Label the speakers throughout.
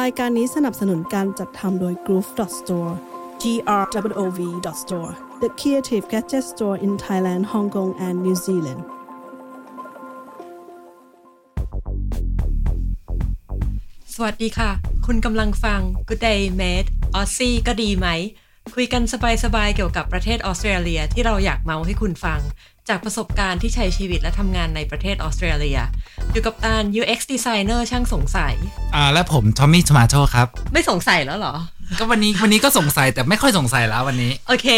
Speaker 1: รายการนี้สนับสนุนการจัดทำโดย Groove Store G R W O V Store The Creative Gadget Store in Thailand Hong Kong and New Zealand
Speaker 2: สวัสดีค่ะ คุณกำลังฟัง Good Day Mate ออซซี่ก็ดีไหม คุยกันสบายๆ เกี่ยวกับประเทศออสเตรเลียที่เราอยากเมาให้คุณฟัง จากประสบการณ์ที่ใช้ชีวิตและทำงานในประเทศออสเตรเลีย อยู่กับตาล UX Designer ช่างสงสัย
Speaker 3: อ่าและผมทอมมี่ทมาโตครับ
Speaker 2: ไม่สงสัยแล้วเหรอ
Speaker 3: ก็วันนี้วันนี้ก็สงสัยแต่ไม่ค่อยสงสัยแล้ววันนี้
Speaker 2: โอเค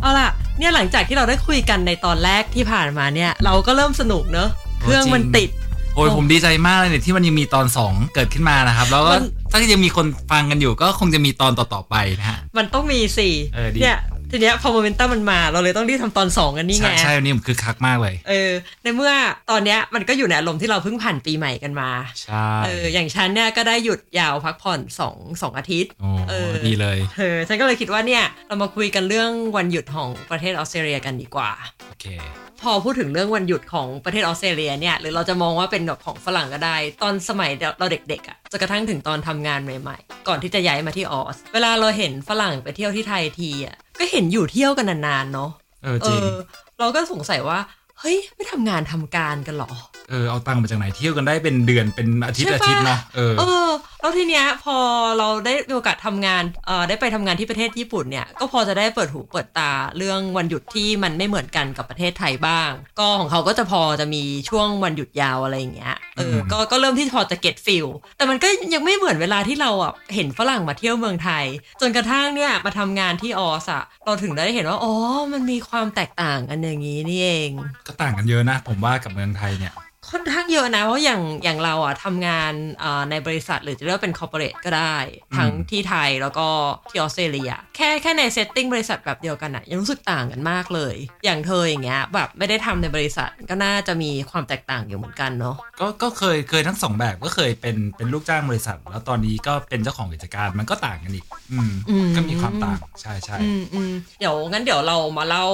Speaker 2: เอาล่ะ เนี่ยหลังจากที่เราได้คุยกันในตอนแรกที่ผ่านมาเนี่ย เราก็เริ่มสนุกเนอะเครื่องมันติด
Speaker 3: โอ้ยผมดีใจมากเลยเนี่ยที่มันยังมีตอน 2 เกิดขึ้นมานะครับ แล้วก็
Speaker 2: มัน
Speaker 3: ถ้ายังมีคนฟังกันอยู่ก็คงจะมีตอนต่อๆไปนะฮะ
Speaker 2: มันต้องมีสิ
Speaker 3: เออดี
Speaker 2: เนี่ยทีเนี้ยพอโมเมนตัมมันมา เราเลยต้องรีบทำตอนสองกันนี่ไง
Speaker 3: ใช่ใช่วันนี้ผมคึกคักมากเลย
Speaker 2: เออในเมื่อตอนเนี้ยมันก็อยู่ในอารมณ์ที่เราเพิ่งผ่านปีใหม่กันมา
Speaker 3: ใช่
Speaker 2: เอออย่างฉันเนี่ยก็ได้หยุดยาวพักผ่อนสองสองอาทิตย์
Speaker 3: โอ้
Speaker 2: เออ
Speaker 3: ดีเลย
Speaker 2: เออฉันก็เลยคิดว่าเนี่ยเรามาคุยกันเรื่องวันหยุดของประเทศออสเตรเลียกันดีกว่า
Speaker 3: โอเค
Speaker 2: พอพูดถึงเรื่องวันหยุดของประเทศออสเตรเลียเนี่ยหรือเราจะมองว่าเป็นแบบของฝรั่งก็ได้ ตอนสมัยเราเด็กๆอะ่ะจนกระทั่งถึงตอนทำงานใหม่ๆ ก่อนที่จะย้ายมาที่ออส เวลาเราเห็นฝรั่งไปเที่ยวที่ไทยทีอ่ะก็เห็นอยู่เที่ยวกันนานๆเนาะ
Speaker 3: เออ
Speaker 2: เอ
Speaker 3: จริง
Speaker 2: อเราก็สงสัยว่าเฮ้ยไม่ทำงานทำการกันเหรอ
Speaker 3: เออเอาตังค์มาจากไหนเที่ยวกันได้เป็นเดือนเป็นอาทิตย์
Speaker 2: ใช่
Speaker 3: อา
Speaker 2: ปะ
Speaker 3: ทิตย์เนาะเออ
Speaker 2: เออแล้วทีเนี้ยพอเราได้มีโอกาสทำงานเอ่อได้ไปทำงานที่ประเทศญี่ปุ่นเนี่ยก็พอจะได้เปิดหูเปิดตาเรื่องวันหยุดที่มันไม่เหมือนกันกับประเทศไทยบ้าง ก็ของเขาก็จะพอจะมีช่วงวันหยุดยาวอะไรอย่างเงี้ยเออ
Speaker 3: ม
Speaker 2: อก็ก็เริ่มที่พอจะเก็ตฟิลแต่มันก็ยังไม่เหมือนเวลาที่เราอ่ะเห็นฝรั่งมาเที่ยวเมืองไทย จนกระทั่งเนี่ยมาทำงานที่ออสอะเราถึงได้เห็นว่าอ๋อมันมีความแตกต่างกันอย่างนี้นี่เอง
Speaker 3: ก็ต่างกันเยอะนะ ผมว่ากับเมืองไทยเนี่ย
Speaker 2: ค่อนข้างเยอะนะ เพราะอย่างอย่างเราอ่ะทำงานเอ่อในบริษัทหรือจะเรียกว่าเป็นคอร์ปอเรทก็ได้
Speaker 3: อืม
Speaker 2: ทั้งที่ไทยแล้วก็ที่ออสเตรเลียแค่แค่ในเซตติ้งบริษัทแบบเดียวกันอ่ะยังรู้สึกต่างกันมากเลย อย่างเธออย่างเงี้ยแบบไม่ได้ทำในบริษัทก็น่าจะมีความแตกต่างอยู่เหมือนกันเนาะ
Speaker 3: ก็ก็เคยเคยทั้งสองแบบก็เคยเป็นเป็นลูกจ้างบริษัท แล้วตอนนี้ก็เป็นเจ้าของกิจการมันก็ต่างกันอีก อืมก็มีความต่างใช่ใช่
Speaker 2: อืมอืมเดี๋ยวงั้นเดี๋ยวเรามาเล่า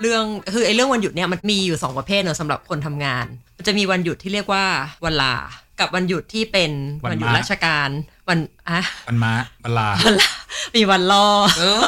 Speaker 2: เรื่องคือไอ้เรื่องวันหยุดเนี่ยมันมีอยู่สองประเภทเนอะสำหรับคนทำงาน มันจะมีวันหยุดที่เรียกว่าวันลา กับวันหยุดที่เป็น
Speaker 3: วัน
Speaker 2: วันหยุด
Speaker 3: มะ
Speaker 2: ราชการวันอะ
Speaker 3: มันมาเวลา
Speaker 2: มีวันรอ
Speaker 3: เออ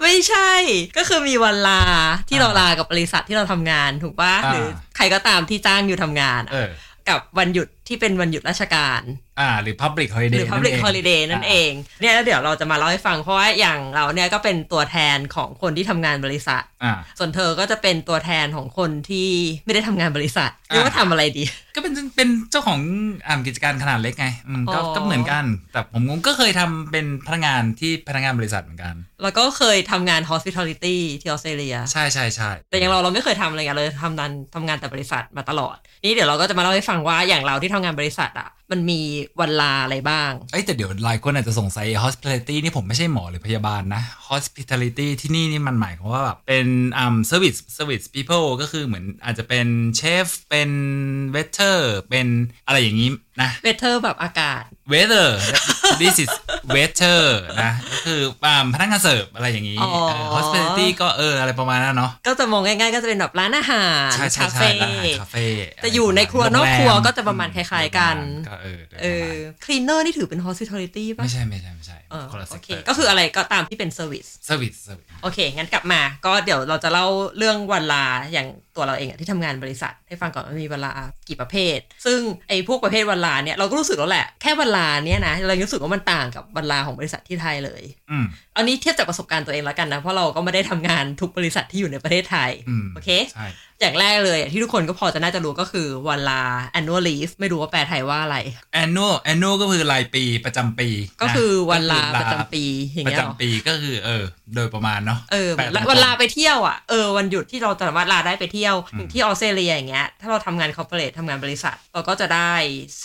Speaker 2: ไม่ใช่ก็คือมีวันลาที่
Speaker 3: อ่า
Speaker 2: เราลากับบริษัทที่เราทำงานถูกปะ
Speaker 3: อ่า
Speaker 2: หรือใครก็ตามที่จ้างอยู่ทำงานอะ
Speaker 3: เออ
Speaker 2: กับวันหยุดที่เป็นวันหยุดราชการ
Speaker 3: อ่า หรือ Public
Speaker 2: ห
Speaker 3: Holiday
Speaker 2: รือ Public
Speaker 3: นั่นง
Speaker 2: Holiday นั่นเองเนี่ยแล้วเดี๋ยวเราจะมาเล่าให้ฟังเพราะว่าอย่างเราเนี่ยก็เป็นตัวแทนของคนที่ทำงานบริษัท
Speaker 3: อ่า
Speaker 2: ส่วนเธอก็จะเป็นตัวแทนของคนที่ไม่ได้ทำงานบริษัท
Speaker 3: อ่า
Speaker 2: เรียกว่าทำอะไรดี
Speaker 3: ก็เป็นเป็นเจ้าของอ่ากิจการขนาดเล็กไงอืมก็
Speaker 2: อ๋อ
Speaker 3: ก็เหมือนกัน แต่ผมก็เคยทำเป็นพนักงานที่พนักงานบริษัทเหมือนกัน
Speaker 2: แล้วก็เคยทำงาน hospitality ที่ออสเตรเลีย
Speaker 3: ใช่ใช่ใช่
Speaker 2: แต่อย่างเราเราไม่เคยทำอะไรกันเลยทำงานทำงานแต่บริษัทมาตลอด นี่เดี๋ยวเราก็จะมาเล่าให้ฟังว่าอย่างเราที่ทำงานบริษัทอ่ะ มันมีวันลาอะไรบ้าง
Speaker 3: เอ้ยแต่เดี๋ยวหลายคนอาจจะสงสัย hospitality นี่ผมไม่ใช่หมอหรือพยาบาลนะ hospitality ที่นี่นี่มันหมายความว่าแบบเป็นอ่า service service people ก็คือเหมือนอาจจะเป็นเชฟเป็น waiter เป็นอะไรอย่างนี้นะ
Speaker 2: เวเทอร์แบบอากาศ
Speaker 3: waiter this is waiter นะ ก็คืออ่าพนักงานเสิร์ฟอะไรอย่างนี้
Speaker 2: อ๋อ
Speaker 3: เออ hospitality ก็เอออะไรประมาณนั้นเนาะ
Speaker 2: ก็จะมองง่ายๆก็จะเป็นแบบร้านอาหาร
Speaker 3: ใช่ใช่
Speaker 2: คา
Speaker 3: ใช่
Speaker 2: เฟ่
Speaker 3: ร้านอาหารคาเฟ่
Speaker 2: แต่อยู่ในครัวนอกครัวก็จะประมาณคล้ายๆกัน
Speaker 3: ก็เออโดย
Speaker 2: เออคลีนเนอร์นี่ถือเป็น hospitality
Speaker 3: ประ
Speaker 2: ป่ะ
Speaker 3: มาณไม่ใช่ไม่ใช่ไม่ใช่
Speaker 2: เออ
Speaker 3: คนละ
Speaker 2: โอเค
Speaker 3: sector
Speaker 2: ก็คืออะไรก็ตามที่เป็นเซอร์วิส
Speaker 3: service service
Speaker 2: โอเค งั้นกลับมา ก็เดี๋ยวเราจะเล่าเรื่องวันลาอย่างตัวเราเองอะที่ทำงานบริษัท ให้ฟังก่อนว่ามีวันลากี่ประเภท ซึ่งไอ้พวกประเภทวันลาเนี่ยเราก็รู้สึกแล้วแหละ แค่วันลาเนี่ยนะเรายังรู้สึกว่ามันต่างกับวันลาของบริษัทที่ไทยเลย
Speaker 3: อืม
Speaker 2: เอานี้เทียบจากประสบการณ์ตัวเองแล้วกันนะ เพราะเราก็ไม่ได้ทำงานทุกบริษัทที่อยู่ในประเทศไทย
Speaker 3: อืม
Speaker 2: โอเค
Speaker 3: ใช่
Speaker 2: อย่างแรกเลยอะที่ทุกคนก็พอจะน่าจะรู้ก็คือวันลา annual leave ไม่รู้ว่าแปลไทยว่าอะไร
Speaker 3: annual annual ก็คือรายปีประจำปี
Speaker 2: ก็
Speaker 3: นะ
Speaker 2: คือวันลาป
Speaker 3: ก็คือ
Speaker 2: ระจำปีอย่าง
Speaker 3: ป
Speaker 2: เงี้ย
Speaker 3: ระ
Speaker 2: เหรอ
Speaker 3: จำปีก็คือเออ โดยประมาณเนาะ
Speaker 2: เออเห
Speaker 3: แป
Speaker 2: มือ
Speaker 3: ด
Speaker 2: น
Speaker 3: ตรงๆ
Speaker 2: วันลาไปเที่ยวอ่ะเออวันหยุดที่เราสามารถลาได้ไปเที่ยว
Speaker 3: อืม
Speaker 2: ที่ออสเตรเลียอย่างเงี้ยถ้าเราทำงานคอร์เปอเรททำงานบริษัท เราก็จะได้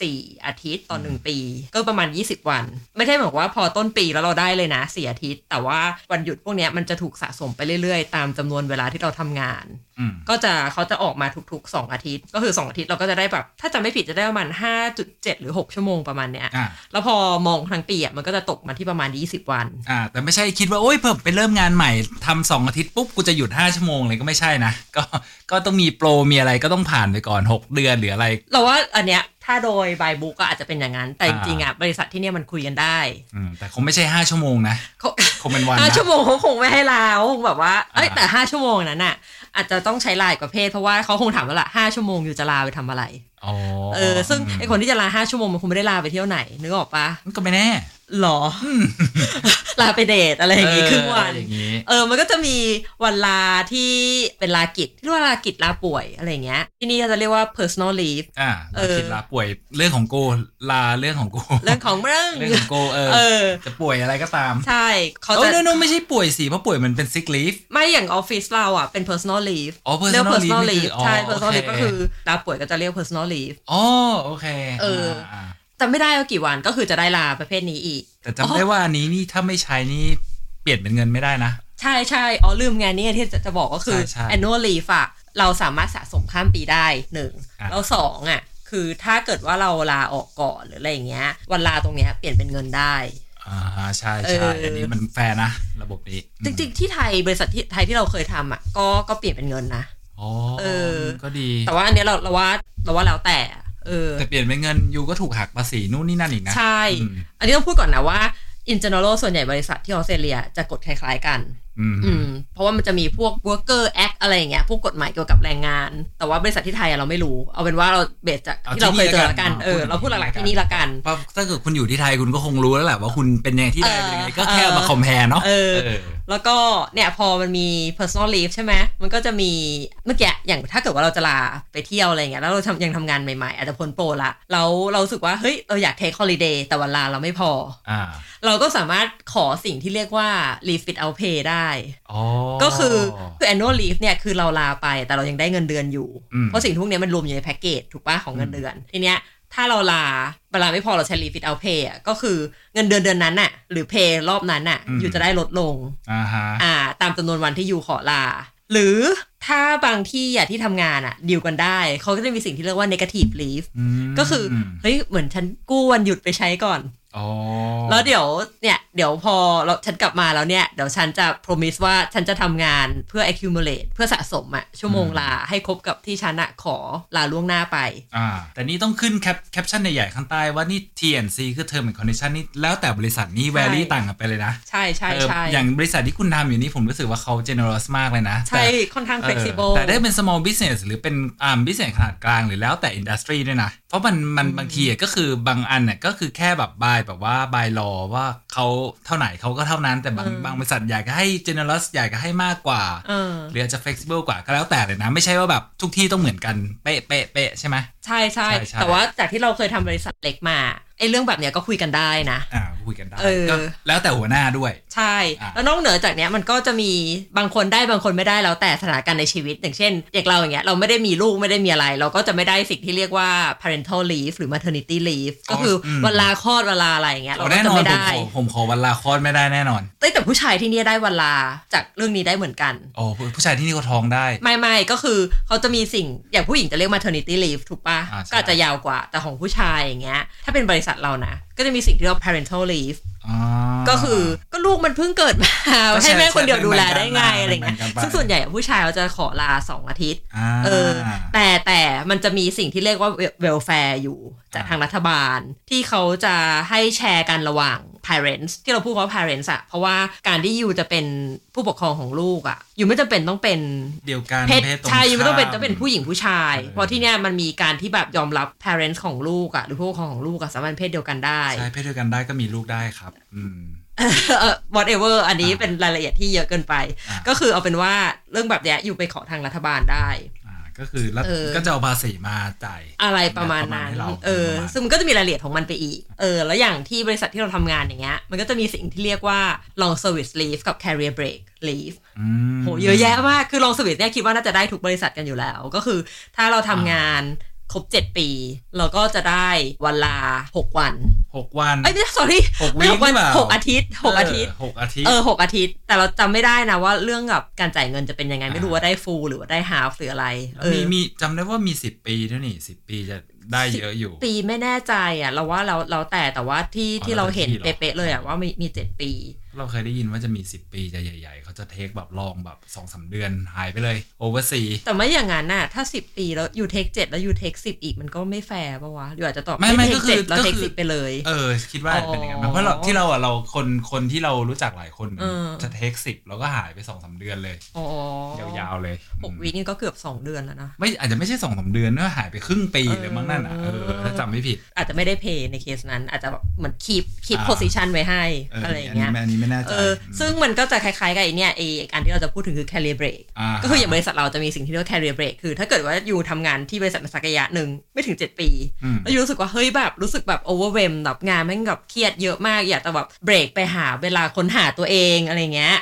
Speaker 2: 4 อาทิตย์ต่อ 1 ปี ก็ประมาณ 20 วัน ไม่ใช่บอกว่าพอต้นปีแล้วเราได้เลยนะ 4 อาทิตย์ แต่ว่าวันหยุดพวกเนี้ยมันจะถูกสะสมไปเรื่อยๆ ตามจำนวนเวลาที่เราทำงาน
Speaker 3: อืม
Speaker 2: ก็จะเขาจะออกมาทุกๆ 2 อาทิตย์ ก็คือ 2 อาทิตย์เราก็จะได้แบบถ้าจำไม่ผิดจะได้ประมาณ 5.7 หรือ 6 ชั่วโมงประมาณเนี้ย
Speaker 3: อ่า
Speaker 2: แล้วพอมองทั้งปีอ่ะมันก็จะตกมาที่ประมาณ 20 วัน
Speaker 3: อ่าแต่ไม่ใช่คิดว่าโอ๊ยเพิ่มไปเริ่มงานใหม่ทำสองอาทิตย์ปุ๊บกูจะหยุด 5 ชั่วโมงเลย ก็ไม่ใช่นะ ก็ก็ต้องมีโปรมีอะไรก็ต้องผ่านไปก่อน 6 เดือนหรืออะไร
Speaker 2: เราว่าอันเนี้ยท ถ้าโดยบายบุ๊กก็อาจจะเป็นอย่างนั้น แต่จริงๆอ่ะบริษัทที่เนี่ยมันคุยกันได้
Speaker 3: อืมแต่คงไม่ใช่ห้าชั่วโมงนะ
Speaker 2: เขา
Speaker 3: คงเป็นวัน
Speaker 2: ห้า
Speaker 3: นะ
Speaker 2: ชั่วโมงเขาคงไม่ให้เราคงแบบว่า เอ้ย
Speaker 3: อ่า
Speaker 2: แต่ห้าชั่วโมงนั้นน่ะ อาจจะต้องใช้ไลายกว่าเพศเพราะว่าเขาคงถามว่าละห้าชั่วโมงอยู่จะลาไปทำอะไร
Speaker 3: อ๋อ
Speaker 2: เออ ซึ่งไอคนที่จะลาห้าชั่วโมงมันคงไม่ได้ลาไปเที่ยวไหนนึกออกปะ
Speaker 3: มันก็ไม่แน่
Speaker 2: หร อ ลาไปเดทอะไรอย่างงี้ครึ่งวัน
Speaker 3: เอออย่างงี้
Speaker 2: เออ มันก็จะมีวันลาที่เป็นลากิจที่เรียกว่าลากิจลาป่วยอะไรอย่างเงี้ย ที่นี่ก็จะเรียกว่า personal leave
Speaker 3: อ่า
Speaker 2: เอ
Speaker 3: เรา
Speaker 2: อ
Speaker 3: คิดลาป่วยเรื่องของกูลาเรื่องของกู
Speaker 2: เรื่องของเรื่อง
Speaker 3: เรื่องของกูเออ
Speaker 2: เออ
Speaker 3: จะป่วยอะไรก็ตาม
Speaker 2: ใช่เขา
Speaker 3: โอ้
Speaker 2: จะ
Speaker 3: โนโนไม่ใช่ป่วยสิเพราะป่วยมันเป็นซิกลีฟ
Speaker 2: ไม่อย่างออฟฟิศเราอ่ะเป็น personal leave
Speaker 3: อ๋อ personal
Speaker 2: เรียก personal
Speaker 3: leave
Speaker 2: leave
Speaker 3: นี่คือ
Speaker 2: ใช่
Speaker 3: อ๋อ
Speaker 2: personal leave
Speaker 3: โอ
Speaker 2: ก็
Speaker 3: เค
Speaker 2: คือลาป่วยก็จะเรียก personal leave
Speaker 3: อ๋อโอเค
Speaker 2: เอออ่
Speaker 3: า
Speaker 2: จำไม่ได้ว่ากี่วันก็คือจะได้ลาประเภทนี้อีก
Speaker 3: แต่จำได้ว่าอันนี้นี่ถ้าไม่ใช้นี่เปลี่ยนเป็นเงินไม่ได้นะ
Speaker 2: ใช่ใช่อ๋อลืมไงานนี้ที่จะจะบอกก็คือ
Speaker 3: ใช่ใช่
Speaker 2: annual leave อะเราสามารถสะสมข้ามปีได้หนึ่ง
Speaker 3: อ่ะ
Speaker 2: แล้วสองอะคือถ้าเกิดว่าเราลาออกก่อนหรืออะไรอย่างเงี้ย วันลาตรงเนี้ยเปลี่ยนเป็นเงินได้
Speaker 3: อ่าใช่
Speaker 2: เอ
Speaker 3: ใช่
Speaker 2: ออั
Speaker 3: อันนี้มันแฟร์นะ ระบบนี้
Speaker 2: จริง ๆ ที่ไทยบริษัทที่ไทยที่เราเคยทำอะก็ก็เปลี่ยนเป็นเงินนะ
Speaker 3: ๆอ๋อ
Speaker 2: เออ
Speaker 3: ก็ดี
Speaker 2: แต่ว่าอันเนี้ยเราเราว่าเราว่าแล้วแต่อะเออ
Speaker 3: แต่เปลี่ยนเป็นเงินยูก็ถูกหักภาษีนู่นนี่นั่นอีกนะ
Speaker 2: ใช่
Speaker 3: อืม
Speaker 2: อันนี้ต้องพูดก่อนนะว่า in general ส่วนใหญ่บริษัทที่ออสเตรเลียจะกฎคล้ายๆกัน
Speaker 3: อืม
Speaker 2: อืม เพราะว่ามันจะมีพวก worker act อะไรอย่างเงี้ย พวกกฎหมายเกี่ยวกับแรงงาน แต่ว่าบริษัทที่ไทยอะเราไม่รู้ เอาเป็นว่าเราเบสจากที่เราเคยเจอละกัน เออ เราพูดหลักๆที่นี่ละกัน
Speaker 3: เพราะถ้าเกิดคุณอยู่ที่ไทยคุณก็คงรู้แล้วแหละว่าคุณเป็นยังไงที่ไทยเป็นยังไงก็แค่เอามาคอมเพลเนาะ
Speaker 2: เออ
Speaker 3: เออ
Speaker 2: แล้วก็เนี่ยพอมันมี personal leave ใช่ไหม มันก็จะมีเมื่อกี้อย่างถ้าเกิดว่าเราจะลาไปเที่ยวอะไรอย่างเงี้ย แล้วเราทำยังทำงานใหม่ๆ อาจจะพ้นโปรละ เราเรารู้สึกว่า เฮ้ย เราอยาก take holiday แต่วันลาเราไม่พอ
Speaker 3: อ่า
Speaker 2: เราก็สามารถขอสิ่งที่เรียกว่า leave without pay ได้
Speaker 3: อ๋อ
Speaker 2: ก็คือคือ annual leave เนี่ยคือเราลาไปแต่เรายังได้เงินเดือนอยู่
Speaker 3: อืม
Speaker 2: เพราะสิ่งทุกเนี้ยมันรวมอยู่ในแพ็กเกจถูกป่ะของเงินเดือน ทีเนี้ยถ้าเราลาเวลาไม่พอเราใช้ leave without pay อ่ะก็คือเงินเดือนเดือนนั้นน่ะหรือ pay รอบนั้นน่ะอยู่จะได้ลดลง
Speaker 3: อ่าฮะ
Speaker 2: อ่า ตามจำนวนวันที่อยู่ขอลา หรือถ้าบางที่อ่ะที่ทำงานอ่ะดีลกันได้ เขาก็จะมีสิ่งที่เรียกว่า negative leave
Speaker 3: ม
Speaker 2: ก็คือเฮ้ยเหมือนฉันกู้วันหยุดไปใช้ก่อน
Speaker 3: อ๋อ
Speaker 2: แล้วเดี๋ยวเนี่ยเดี๋ยวพอเราฉันกลับมาแล้วเนี่ย เดี๋ยวฉันจะ promise ว่าฉันจะทำงานเพื่อ accumulate เพื่อสะสมอะชั่วโมงลาให้ครบกับที่ฉันอะขอลาล่วงหน้าไป
Speaker 3: อ่า แต่นี่ต้องขึ้นแคปแคปชั่นใหญ่ๆข้างใต้ว่านี่ TNC คือ Term and Condition นี่แล้วแต่บริษัทนี่
Speaker 2: ใช่
Speaker 3: แวรี่ต่างกันไปเลยนะ
Speaker 2: ใช่ใช่
Speaker 3: เออ
Speaker 2: ใช่
Speaker 3: อย่างบริษัทที่คุณทำอยู่นี่ผมรู้สึกว่าเขา generous มากเลยนะ
Speaker 2: ใช่
Speaker 3: แต่
Speaker 2: ค่อนข้าง
Speaker 3: เออ
Speaker 2: flexible
Speaker 3: แต่ได้เป็น small business หรือเป็นอ่า business ขนาดกลางหรือแล้วแต่ industry ด้วยนะ เพราะมันมันบางทีอะก็คือบางอันเนี่ยก็คือแค่แบบบายแบบว่าบายรอว่าเขาเท่าไหร่เขาก็เท่านั้นแต่บาง
Speaker 2: อืม
Speaker 3: บางบริษัทอยากจะให้ generous อยากจะให้มากกว่า
Speaker 2: เออ
Speaker 3: หรืออาจจะ flexible กว่าก็แล้วแต่เลยนะ ไม่ใช่ว่าแบบทุกที่ต้องเหมือนกัน เป๊ะเป๊ะเป๊ะใช่ไหม
Speaker 2: ใช่ใช่
Speaker 3: ใช่ใช่
Speaker 2: แต่ว่าจากที่เราเคยทำบริษัทเล็กมาไอ้เรื่องแบบเนี้ยก็คุยกันได้นะ
Speaker 3: อ่าคุยกันได้
Speaker 2: เออ
Speaker 3: ก็แล้วแต่หัวหน้าด้วย
Speaker 2: ใช่
Speaker 3: อ่ะ
Speaker 2: แล้วนอกเหนือจากเนี้ยมันก็จะมีบางคนได้บางคนไม่ได้แล้วแต่สถานการณ์ในชีวิต อย่างเช่นอย่างเราอย่างเงี้ยเราไม่ได้มีลูกไม่ได้มีอะไร เราก็จะไม่ได้สิ่งที่เรียกว่า parental leave หรือ maternity leave ก็คือเวลาคลอดเวลาอะไรอย่างเงี้ยเราก็
Speaker 3: แน่
Speaker 2: จะ
Speaker 3: นอน
Speaker 2: ไม่
Speaker 3: ผม
Speaker 2: ได้
Speaker 3: ขอผมขอวันลาคลอดไม่ได้แน่นอน
Speaker 2: เอ้ยแต่ผู้ชายที่เนี่ยได้เวลาจากเรื่องนี้ได้เหมือนกัน
Speaker 3: โอ้ผู้ผู้ชายที่นี่ก็ท้องได้
Speaker 2: ไม่ไม่ก็คือเขาจะมีสิ่งอย่างผู้หญิงจะเรียก maternity leave ถูกปะ
Speaker 3: อ่าใช่
Speaker 2: ก็อาจจะยาวกว่าแต่ของผู้ชายอย่างเงี้ยถ้าเป็นบริษัทเรานะก็จะมีสิ่งที่เรียกว่า parental leave
Speaker 3: อ่า
Speaker 2: ก็คือก็ลูกมันเพิ่งเกิดมา
Speaker 3: ก็แช
Speaker 2: ให้
Speaker 3: ร์
Speaker 2: แม่คนเดียวดูแลได้ไง
Speaker 3: แชร์
Speaker 2: อะไรเงี้ย
Speaker 3: แบ่งกันไป
Speaker 2: ซึ่งส่วนใหญ่อะผู้ชายเราจะขอลาสองอาทิตย์
Speaker 3: อ่า
Speaker 2: เออแต่แต่มันจะมีสิ่งที่เรียกว่าเวลแฟร์อยู่จากทางรัฐบาล ที่เขาจะให้แชร์กันระหว่าง parents ที่เราพูดว่า parents อะเพราะว่าการที่ยูจะเป็นผู้ปกครองของลูกอะยูไม่จำเป็นต้องเป็น
Speaker 3: เดียวกัน
Speaker 2: เพศ
Speaker 3: ตรง
Speaker 2: ชายยูไม่ต้องเป็น
Speaker 3: ข้า
Speaker 2: ต้องเป็นผู้หญิงผู้ชาย
Speaker 3: เออ
Speaker 2: เพราะที่เนี้ยมันมีการที่แบบยอมรับ parents ของลูกอะหรือผู้ปกครองของลูกอะสามารถเพศเดียวกันได้
Speaker 3: ใช่เพศเดียวกันได้ก็มีลูกได้ครับ อืม
Speaker 2: เอ่อ whatever อันนี้
Speaker 3: อ่า
Speaker 2: เป็นรายละเอียดที่เยอะเกินไป
Speaker 3: อ่า
Speaker 2: ก็คือเอาเป็นว่าเรื่องแบบเนี้ยอยู่ไปขอทางรัฐบาลได้
Speaker 3: อ่าก็คือรัฐ
Speaker 2: เออ
Speaker 3: ก็จะเอาภาษีมาจ่าย
Speaker 2: อะไรประมาณนั้น
Speaker 3: ประมาณให้เรา
Speaker 2: เออ
Speaker 3: ประมาณ
Speaker 2: ซึ่งมันก็จะมีรายละเอียดของมันไปอีก เออ แล้วอย่างที่บริษัทที่เราทำงานอย่างเงี้ยมันก็จะมีสิ่งที่เรียกว่า long service leave กับ career break leave
Speaker 3: อืม
Speaker 2: โหเยอะแยะมาก คือ long service เนี่ยคิดว่าน่าจะได้ทุกบริษัทกันอยู่แล้ว ก็คือถ้าเราทำงานครบ 7 ปี เราก็จะได้วันลา 6 วัน
Speaker 3: หกวัน
Speaker 2: เอ้ยไม่ใช่ sorry
Speaker 3: หก
Speaker 2: ไม่
Speaker 3: วี
Speaker 2: หก
Speaker 3: ค
Speaker 2: วัน
Speaker 3: หรือเปล่า
Speaker 2: หกอาทิตย์หกอาทิตย์
Speaker 3: เหกอาทิตย์
Speaker 2: เออหกอาทิตย์ แต่เราจำไม่ได้นะว่าเรื่องกับการจ่ายเงินจะเป็นยังไง
Speaker 3: อ่า
Speaker 2: ไม่รู้ว่าได้ฟูลหรือว่าได้ฮาฟหรืออะไร เอ
Speaker 3: มี
Speaker 2: อ
Speaker 3: มีจำได้ว่ามีสิบปีด้วยนี่สิบปีจะได้เยอะอยู่
Speaker 2: ปีไม่แน่ใจอ่ะ เราว่าเราเราแต่แต่ว่าที่
Speaker 3: อ๋อ
Speaker 2: ที่เราเห็น
Speaker 3: แล้วแต่ที่เหรอ
Speaker 2: เป๊ะๆเลยอ่ะว่ามีมีเจ็ดปี
Speaker 3: ร เราเคยได้ยินว่าจะมี 10 ปีจะใหญ่ ๆ เขาจะเทคแบบลองแบบสองสาเดือนหายไปเลยโอเวอร์ซี
Speaker 2: แต่ไม่อย่างนั้นน่ะ ถ้าสิบปีแล้วอยู่เทคเจ็ดแล้วอยู่เทคสิบอีกมันก็ไม่แฟร์ปะวะหรืออาจจะตอบ
Speaker 3: ไม่ไม่
Speaker 2: เท
Speaker 3: ก็
Speaker 2: ค
Speaker 3: คื
Speaker 2: เจ็
Speaker 3: อ
Speaker 2: ดแล้ว
Speaker 3: ก็
Speaker 2: เทค
Speaker 3: คือ
Speaker 2: สิบไปเลย
Speaker 3: เออ คิดว่า
Speaker 2: อ๋อ
Speaker 3: เป็นอย่างนั้นมั้งเพราะเราที่เราอะเราคนคนที่เรารู้จักหลายคน
Speaker 2: เออ
Speaker 3: จะเทคสิบแล้วก็หายไปสองสาเดือนเลย
Speaker 2: อ๋อย
Speaker 3: าวๆเลย
Speaker 2: หกวินี่ก็เกือบสองเดือนแล้วนะ
Speaker 3: ไม่อาจจะไม่ใช่สองสาเดือนเนอะหายไปครึ่งปี
Speaker 2: เออ
Speaker 3: เลยมั้งนั่นอ่ะเออถ้าจำไม่ผิด
Speaker 2: อาจจะไม่ได้เพย์ในเคสนั้น อาจจะแบบเหมือนคีปคีป
Speaker 3: อ่า
Speaker 2: โพซิชันไว้ให้
Speaker 3: เ
Speaker 2: อะไรอย่างเงี้ย
Speaker 3: อันนี้ไม่แน่ใจ
Speaker 2: เออ ซึ่งมันก็จะคล้ายๆกับไอเนี่ยไออันที่เราจะพูดถึงคือ career break
Speaker 3: อ่
Speaker 2: ก็คืออย่างบริษัทเราจะมีสิ่งที่เรียกว่า career break คือถ้าเกิดว่าอยู่ทำงานที่บริษัทมาสักระยะหนึ่งไม่ถึง 7 ปี
Speaker 3: อืม
Speaker 2: แล้วอยู่รู้สึกว่า เฮ้ยแบบรู้สึกแบบ overwhelm แบบงานแม่งแบบเครียดเยอะมากอยากจะแบบเบรกไปหาเวลาค้นหาตัวเองอะไรเงี้ย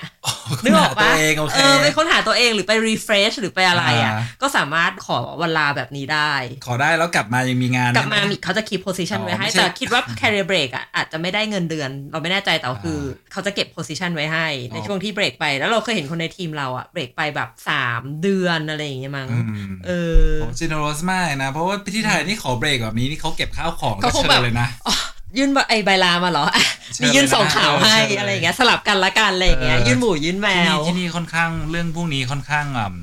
Speaker 2: นึกออกปะ
Speaker 3: ตัวเองโอเค
Speaker 2: อไปค้นหาตัวเองหรือไป refresh หรือไปอะไรอ่ะ
Speaker 3: อ่า
Speaker 2: ก็สามารถขอเวลาแบบนี้ได้
Speaker 3: ขอได้แล้วกลับมายังมีงาน
Speaker 2: กลับมามีเขาจะคี p position
Speaker 3: อ๋อ
Speaker 2: ไว้ให้
Speaker 3: ไม่ใช่
Speaker 2: แต่คิดว่า career break อ่ะอาจจะไม่ได้เงินเดือน เราไม่แน่ใจแต่ว่าคือ เขาจะเก็บ position ไว้ให้
Speaker 3: อ๋อ
Speaker 2: ในช่วงที่เบรกไป แล้วเราเคยเห็นคนในทีมเราอ่ะเบรกไปแบบ 3 เดือนอะไรอย่างเงี้ยมั้ง
Speaker 3: อืม
Speaker 2: เออ
Speaker 3: ผมจินโรสมากนะ เพราะว่าพี่ไทยนี่ขอเบรกแบบนี้นี่เขาเก็บข้าวของ
Speaker 2: เขาคง
Speaker 3: ชิญ
Speaker 2: แบบ
Speaker 3: เลยนะ
Speaker 2: อ๋อยื่นใบไอ้ใบลามา เหรออ่ะ
Speaker 3: เชิญ
Speaker 2: มียื่นสองขาวให้
Speaker 3: เลยนะ
Speaker 2: อะไรอย่างเงี้ยสลับกันละกันอะไรอย่างเงี้ย
Speaker 3: เออ
Speaker 2: ยื่นหมูยื่นแมว
Speaker 3: ที่นี่ที่นี่ค่อนข้างเรื่องพวกนี้ค่อนข้างอ่า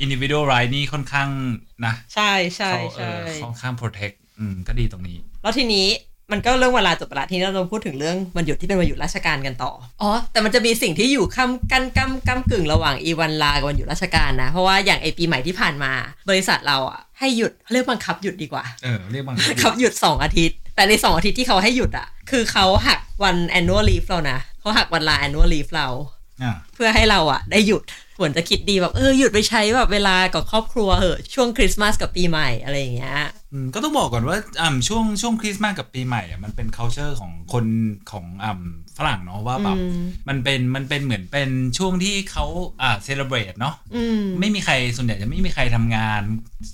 Speaker 3: อินดิวิด a l ไรนี่ค่อนข้างนะ
Speaker 2: ใช่ใช่
Speaker 3: เขาเอ
Speaker 2: ใช่
Speaker 3: อค่อนข้างโปรเทคอืมก็ดีตรงนี้
Speaker 2: แล้วทีนี้มันก็เรื่องเวลาจบเวลาที่เราจะพูดถึงเรื่องวันหยุดที่เป็นวันหยุดราชการกันต่ออ๋อแต่มันจะมีสิ่งที่อยู่ค้ำกันก้ำก้ำกึ่งระหว่างอีวันลากับวันหยุดราชการนะ เพราะว่าอย่างไอปีใหม่ที่ผ่านมา บริษัทเราอ่ะให้หยุดเรียกบังคับหยุดดีกว่า
Speaker 3: เออ เรียกบาง
Speaker 2: บังคับหยุด 2 อาทิตย์ แต่ใน 2 อาทิตย์ที่เขาให้หยุดอ่ะคือเขาหักวัน annual leave เรานะเขาหักวันลา annual leave เรา
Speaker 3: อ่ะ
Speaker 2: เพื่อให้เราอะได้หยุดควรจะคิดดีแบบเออหยุดไปใช้แบบเวลากับครอบครัวเหอะช่วงคริสต์มาสกับปีใหม่อะไรอย่างเงี้ย
Speaker 3: อืมก็ต้องบอกก่อนว่าอ่าช่วงช่วงคริสต์มาสกับปีใหม่อ่ะมันเป็น culture ของคนของอ่าฝรั่งเนาะว่าแบบ
Speaker 2: อืม
Speaker 3: มันเป็นมันเป็นเหมือนเป็นช่วงที่เขาอ่า celebrate เนาะ
Speaker 2: อืม
Speaker 3: ไม่มีใครส่วนใหญ่จะไม่มีใครทำงาน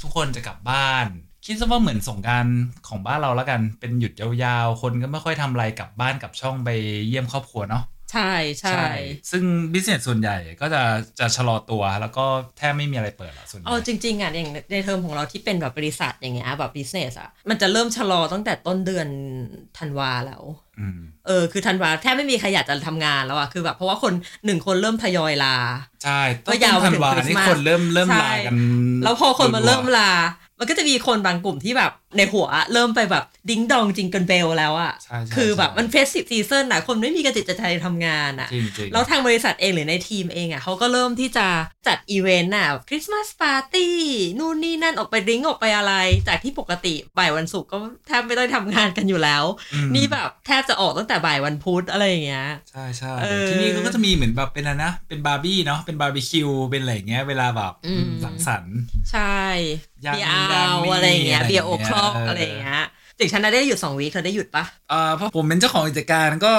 Speaker 3: ทุกคนจะกลับบ้าน คิดซะว่าเหมือนสงกรารของบ้านเราแล้วกัน เป็นหยุดยาวๆ คนก็ไม่ค่อยทำอะไรกลับบ้านกลับช่องไปเยี่ยมครอบครัวเนาะ
Speaker 2: ใช่ใช่
Speaker 3: ซึ่งบิสเนสส่วนใหญ่ก็จะจะชะลอตัวแล้วก็แทบไม่มีอะไรเปิดละส่วนใหญ่
Speaker 2: เอาจริง ๆอ่ะอย่างในเทอมของเราที่เป็นแบบบริษัทอย่างเงี้ยแบบบิสเนสอ่ะมันจะเริ่มชะลอตั้งแต่ต้นเดือนธันวาแล้ว
Speaker 3: อืม
Speaker 2: เออคือธันวาแทบไม่มีใครอยากจะทำงานแล้วอ่ะคือแบบเพราะว่าคนหนึ่งคนเริ่มทยอยลา
Speaker 3: ใช่ต้
Speaker 2: ก็
Speaker 3: น
Speaker 2: ยาว
Speaker 3: ธันวา
Speaker 2: ไปถึงคริส
Speaker 3: นี่
Speaker 2: ต์มาส
Speaker 3: คนเริ่มเริ่ม
Speaker 2: ใช่
Speaker 3: ลากัน
Speaker 2: แล้วพอคนมาเริ่ม
Speaker 3: รัว
Speaker 2: ลา มันก็จะมีคนบางกลุ่มที่แบบในหัวเริ่มไปแบบดิ้งดองจิงเกินเบลแล้วอ่ะ
Speaker 3: ๆใช่ใช่
Speaker 2: คือแบบ
Speaker 3: ใช่
Speaker 2: มันเฟส i ิ e ซีซันอะคนไม่มีกระจิตกระใจทำงานอะ
Speaker 3: จริงจริงๆ
Speaker 2: แล้วทางบริษัทเองหรือในทีมเองอะเขาก็เริ่มที่จะจัดอีเวนต์อะคริสต์มาสปาร์ตี้นู่นนี่นั่นออกไปดริ้งออกไปอะไร จากที่ปกติบ่ายวันศุกร์ก็แทบไม่ได้ทำงานกันอยู่แล้ว
Speaker 3: อืม
Speaker 2: นี่แบบแทบจะออกตั้งแต่บ่ายวันพุธอะไรอย่างเงี้ย
Speaker 3: ใช่ใช่
Speaker 2: เออ
Speaker 3: ที่นี่เขาก็จะมีเหมือนแบบเป็นอะไรนะ เป็นบาร์บี้เนาะเป็นบาร์บีคิวเป็นอะไรอย่างเงี้ยเวลาแบบ
Speaker 2: อืม
Speaker 3: สังสรรค์
Speaker 2: ใช่
Speaker 3: ย่าง
Speaker 2: เบียร์
Speaker 3: นู่
Speaker 2: เอา
Speaker 3: นย่านี่
Speaker 2: อะไรอย่างเงี้ยเบียร์โอคลอก
Speaker 3: เ
Speaker 2: อะไรอย่างเงี้ยถึงฉันน่ะได้หยุดสองวีคเธอได้หยุดปะ
Speaker 3: เออเพราะผมเป็นเจ้าของกิจการก็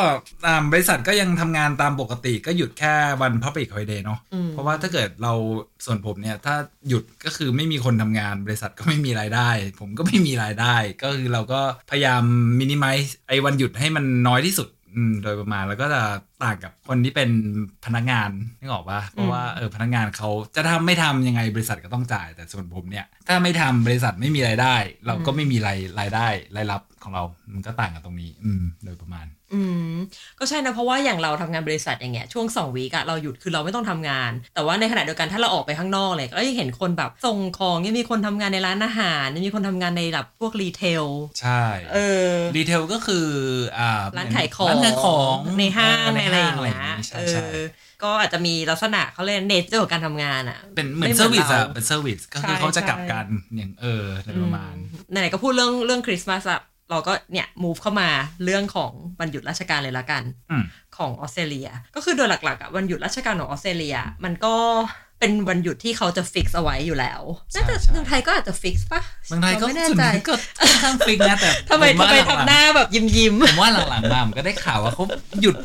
Speaker 3: ตามบริษัทก็ยังทำงานตามปกติก็หยุดแค่วันพับปิก o l i เดย์เนาะ
Speaker 2: อืม
Speaker 3: เพราะว่าถ้าเกิดเราส่วนผมเนี่ย ถ้าหยุดก็คือไม่มีคนทำงานบริษัทก็ไม่มีรายได้ ผมก็ไม่มีรายได้ ก็คือเราก็พยายามมินิมัลไอ้วันหยุดให้มันน้อยที่สุดอืมโดยประมาณแล้วก็จะต่างกับคนที่เป็นพนักงานนึกออกปะเพราะว่าเออพนักงานเขาจะทำไม่ทำยังไงบริษัทก็ต้องจ่าย แต่ส่วนผมเนี่ย ถ้าไม่ทำบริษัทไม่มีรายได้ เราก็ไม่มีรายรายได้รายรับของเรา มันก็ต่างกันตรงนี้ อืม โดยประมาณ
Speaker 2: อืมก็ใช่นะเพราะว่าอย่างเราทำงานบริษัทอย่างเงี้ยช่วงสองวีกอะเราหยุดคือเราไม่ต้องทำงาน แต่ว่าในขณะเดียวกันถ้าเราออกไปข้างนอกเลยก็ยังเห็นคนแบบส่งของยังมีคนทำงานในร้านอาหารยังมีคนทำงานในแบบพวกรีเทล
Speaker 3: ใช่
Speaker 2: เออ
Speaker 3: ดีเทลก็คืออ่า
Speaker 2: ร้านขายของ
Speaker 3: ร้านขายของ
Speaker 2: ในห้าง
Speaker 3: เ
Speaker 2: ในอะไรอย่างเงี้ย
Speaker 3: ใช่
Speaker 2: เอ
Speaker 3: ใช่
Speaker 2: อก็อาจจะมีลักษณะเขาเรียกเนเจอร์ของการทำงานอะ
Speaker 3: เป็นเหมือ
Speaker 2: ไม่
Speaker 3: น
Speaker 2: เหมือน
Speaker 3: เซอร์วิสอะ
Speaker 2: เรา
Speaker 3: เป็นเซอร์วิสก็
Speaker 2: ใช่
Speaker 3: คือเขาจะกลับ
Speaker 2: ใช่
Speaker 3: กันอย่างเออโดยประมาณ
Speaker 2: ไหนๆก็พูดเรื่องเรื่องคริสต์มาสละเราก็เนี่ยมูฟเข้ามาเรื่องของวันหยุดราชการเลยละกัน
Speaker 3: อืม
Speaker 2: ของออสเตรเลีย ก็คือโดยหลักๆอะวันหยุดราชการของออสเตรเลีย มันก็เป็นวันหยุดที่เขาจะฟิกซ์เอาไว้อยู่แล้วน่าจะ
Speaker 3: ใช่ใช่
Speaker 2: เมืองไทยก็อาจจะฟิกซ์ปะ
Speaker 3: เมืองไทยก็
Speaker 2: ราไม่แน่
Speaker 3: ส่วน
Speaker 2: ใจ
Speaker 3: ใหญ่ก็ค่อนข้างฟิกนะแต่
Speaker 2: ทำไม
Speaker 3: ผ
Speaker 2: ทำไม
Speaker 3: ว่าลังๆ
Speaker 2: ทำหน้าแบบยิ้มยิ้ม
Speaker 3: ผมว่าหลังๆมาผมก็ได้ข่าวว่าเขาหยุด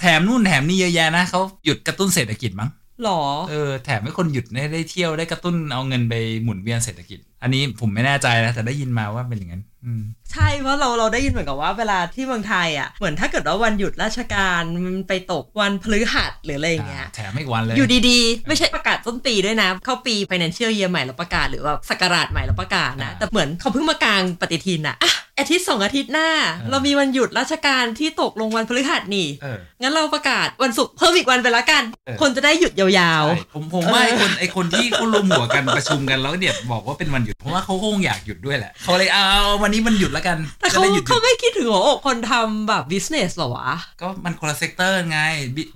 Speaker 3: แถมนู่นแถมนี่เยอะแยะนะเขาหยุดกระตุ้นเศรษฐกิจมั้ง
Speaker 2: ๆหรอ
Speaker 3: เออแถมให้คนหยุดได้ได้เที่ยวได้กระตุ้นเอาเงินไปหมุนเวียนเศรษฐกิจ อันนี้ผมไม่แน่ใจนะแต่ได้ยินมาว่าเป็นอย่างนั้นอืม
Speaker 2: ใช่เพราะเราเราได้ยินเหมือนกับว่าเวลาที่เมืองไทยอ่ะเหมือนถ้าเกิดว่าวันหยุดราชการมันไปตกวันพฤหัสหรืออะไรอย่างเงี้ย
Speaker 3: อ่าแถมอีกวันเลย
Speaker 2: อยู่ดีๆ ไม่ใช่ประกาศต้นปีด้วยนะ เข้าปี financial year ใหม่แล้วประกาศหรือว่าสักราชใหม่แล้วประกาศนะ
Speaker 3: อ่า
Speaker 2: แต่เหมือนเขาเพิ่งมากลางปฏิทินอะอ่ะอาทิตย์สองอาทิตย์หน้า
Speaker 3: อ่า
Speaker 2: เรามีวันหยุดราชการที่ตกลงวันพฤหัสนี่
Speaker 3: เออ
Speaker 2: งั้นเราประกาศวันศุกร์เพิ่มอีกวันไปละกัน
Speaker 3: เออ
Speaker 2: คนจะได้หยุดยาว
Speaker 3: ใช่ผมผมว่าไอคนไอคนที่เขารวมหัวกันประชุมกันแล้วเนี่ยบอกว่าเป็นวันหยุดเพราะว่าเขาคงอยากหยุดด้วยแหละเขาเลยเอาวันนี้มันหยุดแล้วกัน
Speaker 2: ๆ แต่
Speaker 3: จะ
Speaker 2: เขา
Speaker 3: ได้หยุดหยุ
Speaker 2: เขา
Speaker 3: ด
Speaker 2: ไม่คิดถึงหัวอกคนทำแบบ business หรอวะ
Speaker 3: ก็มันคนละเซกเตอร์ไง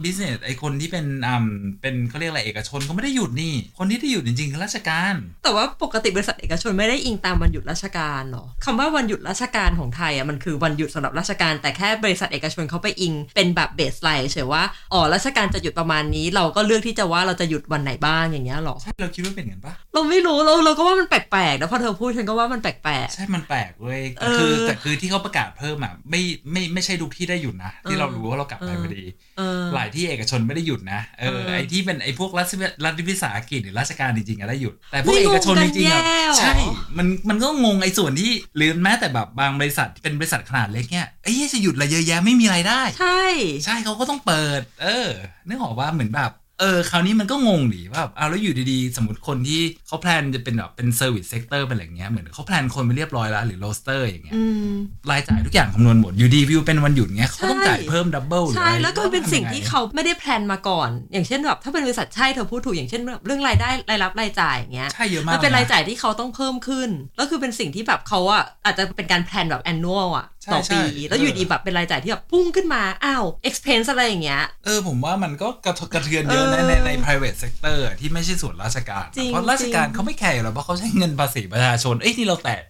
Speaker 3: บิสเนสไอคนที่เป็นอ่าเป็นเขาเรียกอะไรเอกชนก็ไม่ได้หยุดนี่ คนที่ได้หยุดจริงๆคือราชการ
Speaker 2: แต่ว่าปกติบริษัทเอกชนไม่ได้อิงตามวันหยุดราชการเนาะคำว่าวันหยุดราชการของไทยอ่ะมันคือวันหยุดสำหรับราชการ แต่แค่บริษัทเอกชนเขาไปอิงเป็นแบบเบสไลน์เฉยว่าอ๋อราชการจะหยุดประมาณนี้ เราก็เลือกที่จะว่าเราจะหยุดวันไหนบ้างอย่างเงี้ยหรอ
Speaker 3: ใช่เราคิดว่าเป็นอย่างนั้นปะ
Speaker 2: เราไม่รู้เราเราก็ว่ามันแปลกๆแล้วพอเธอพูดฉันก็ว่ามันแปลก
Speaker 3: ใช่มันแปลกเว้ย
Speaker 2: เออ
Speaker 3: คือแต่คือที่เขาประกาศเพิ่มอ่ะไม่ไม่ไม่ใช่ทุกที่ได้หยุดนะที่เรา
Speaker 2: เออ
Speaker 3: รู้ว่าเรากลับไป
Speaker 2: เออ
Speaker 3: พอดี
Speaker 2: ๆเออ
Speaker 3: หลายที่เอกชนไม่ได้หยุดนะเออ
Speaker 2: เออ
Speaker 3: ไอ้ที่เป็นไอ้พวกรัฐวิรัฐวิสาหกิจหรือราชการจริงๆอะได้หยุด แต่พวก
Speaker 2: ไม่
Speaker 3: เอกชนจริงๆอะ
Speaker 2: งงกันแย่หรอ
Speaker 3: ใช่ มันมันก็งงไอ้ส่วนที่หรือแม้แต่แบบบางบริษัทที่เป็นบริษัทขนาดเล็กเนี่ยเอ้ยจะหยุดอะไรเยอะแยะไม่มีรายได้
Speaker 2: ใช่
Speaker 3: ใช่เขาก็ต้องเปิด เออนึกออกว่าเหมือนแบบเออคราวนี้มันก็งงดิว่าเอาแล้วอยู่ดีๆ สมมติคนที่เขาแพลนจะเป็นแบบเป็นเซอร์วิสเซกเตอร์เป็นอะไรอย่างเงี้ยเหมือนเขาแพลนคนไปเรียบร้อยแล้วหรือโรสเตอร์อย่างเงี้ย
Speaker 2: อืม
Speaker 3: รายจ่ายทุกอย่างคำนวณหมดอยู่ดีวิวเป็นวันหยุดเงี้ยเขาต้องจ่ายเพิ่มดับเบิลหรือ
Speaker 2: ใช่
Speaker 3: อะไร
Speaker 2: แล้วก็เป็นสิ่ง
Speaker 3: ทำยัไ
Speaker 2: ที่เขาไม่ได้แพลนมาก่อน อย่างเช่นแบบถ้าเป็นบริษัทใช่เธอพูดถูกอย่างเช่นแบบเรื่องรายได้รายรับรายจ่ายอย่างเงี้ย
Speaker 3: ใช่เยอะมาก
Speaker 2: มันเป็น
Speaker 3: ละ
Speaker 2: รายจ่ายที่เขาต้องเพิ่มขึ้น แล้วคือเป็นสิ่งที่แบบเขาอะอาจจะเป็นการแพลนแบบ annual อะ
Speaker 3: ใช่
Speaker 2: ต่อปี
Speaker 3: ใช่
Speaker 2: แล้วอยู่ดีแบบเป็นรายจ่ายที่แบบพุ่งขึ้นมา อ้าว expense อะไรอย่างเงี้ย
Speaker 3: เออผมว่ามันก็กระทบกระเทือนเยอะนะใน
Speaker 2: เออ
Speaker 3: ในใน private sector อะที่ไม่ใช่ส่วนราชการ
Speaker 2: จริ
Speaker 3: อะ
Speaker 2: ง
Speaker 3: เพราะราชการ
Speaker 2: จริง
Speaker 3: เขาไม่แคร์อยู่แล้วเพราะเขาใช้เงินภาษีประชาชน เอ้ยนี่เราแตะ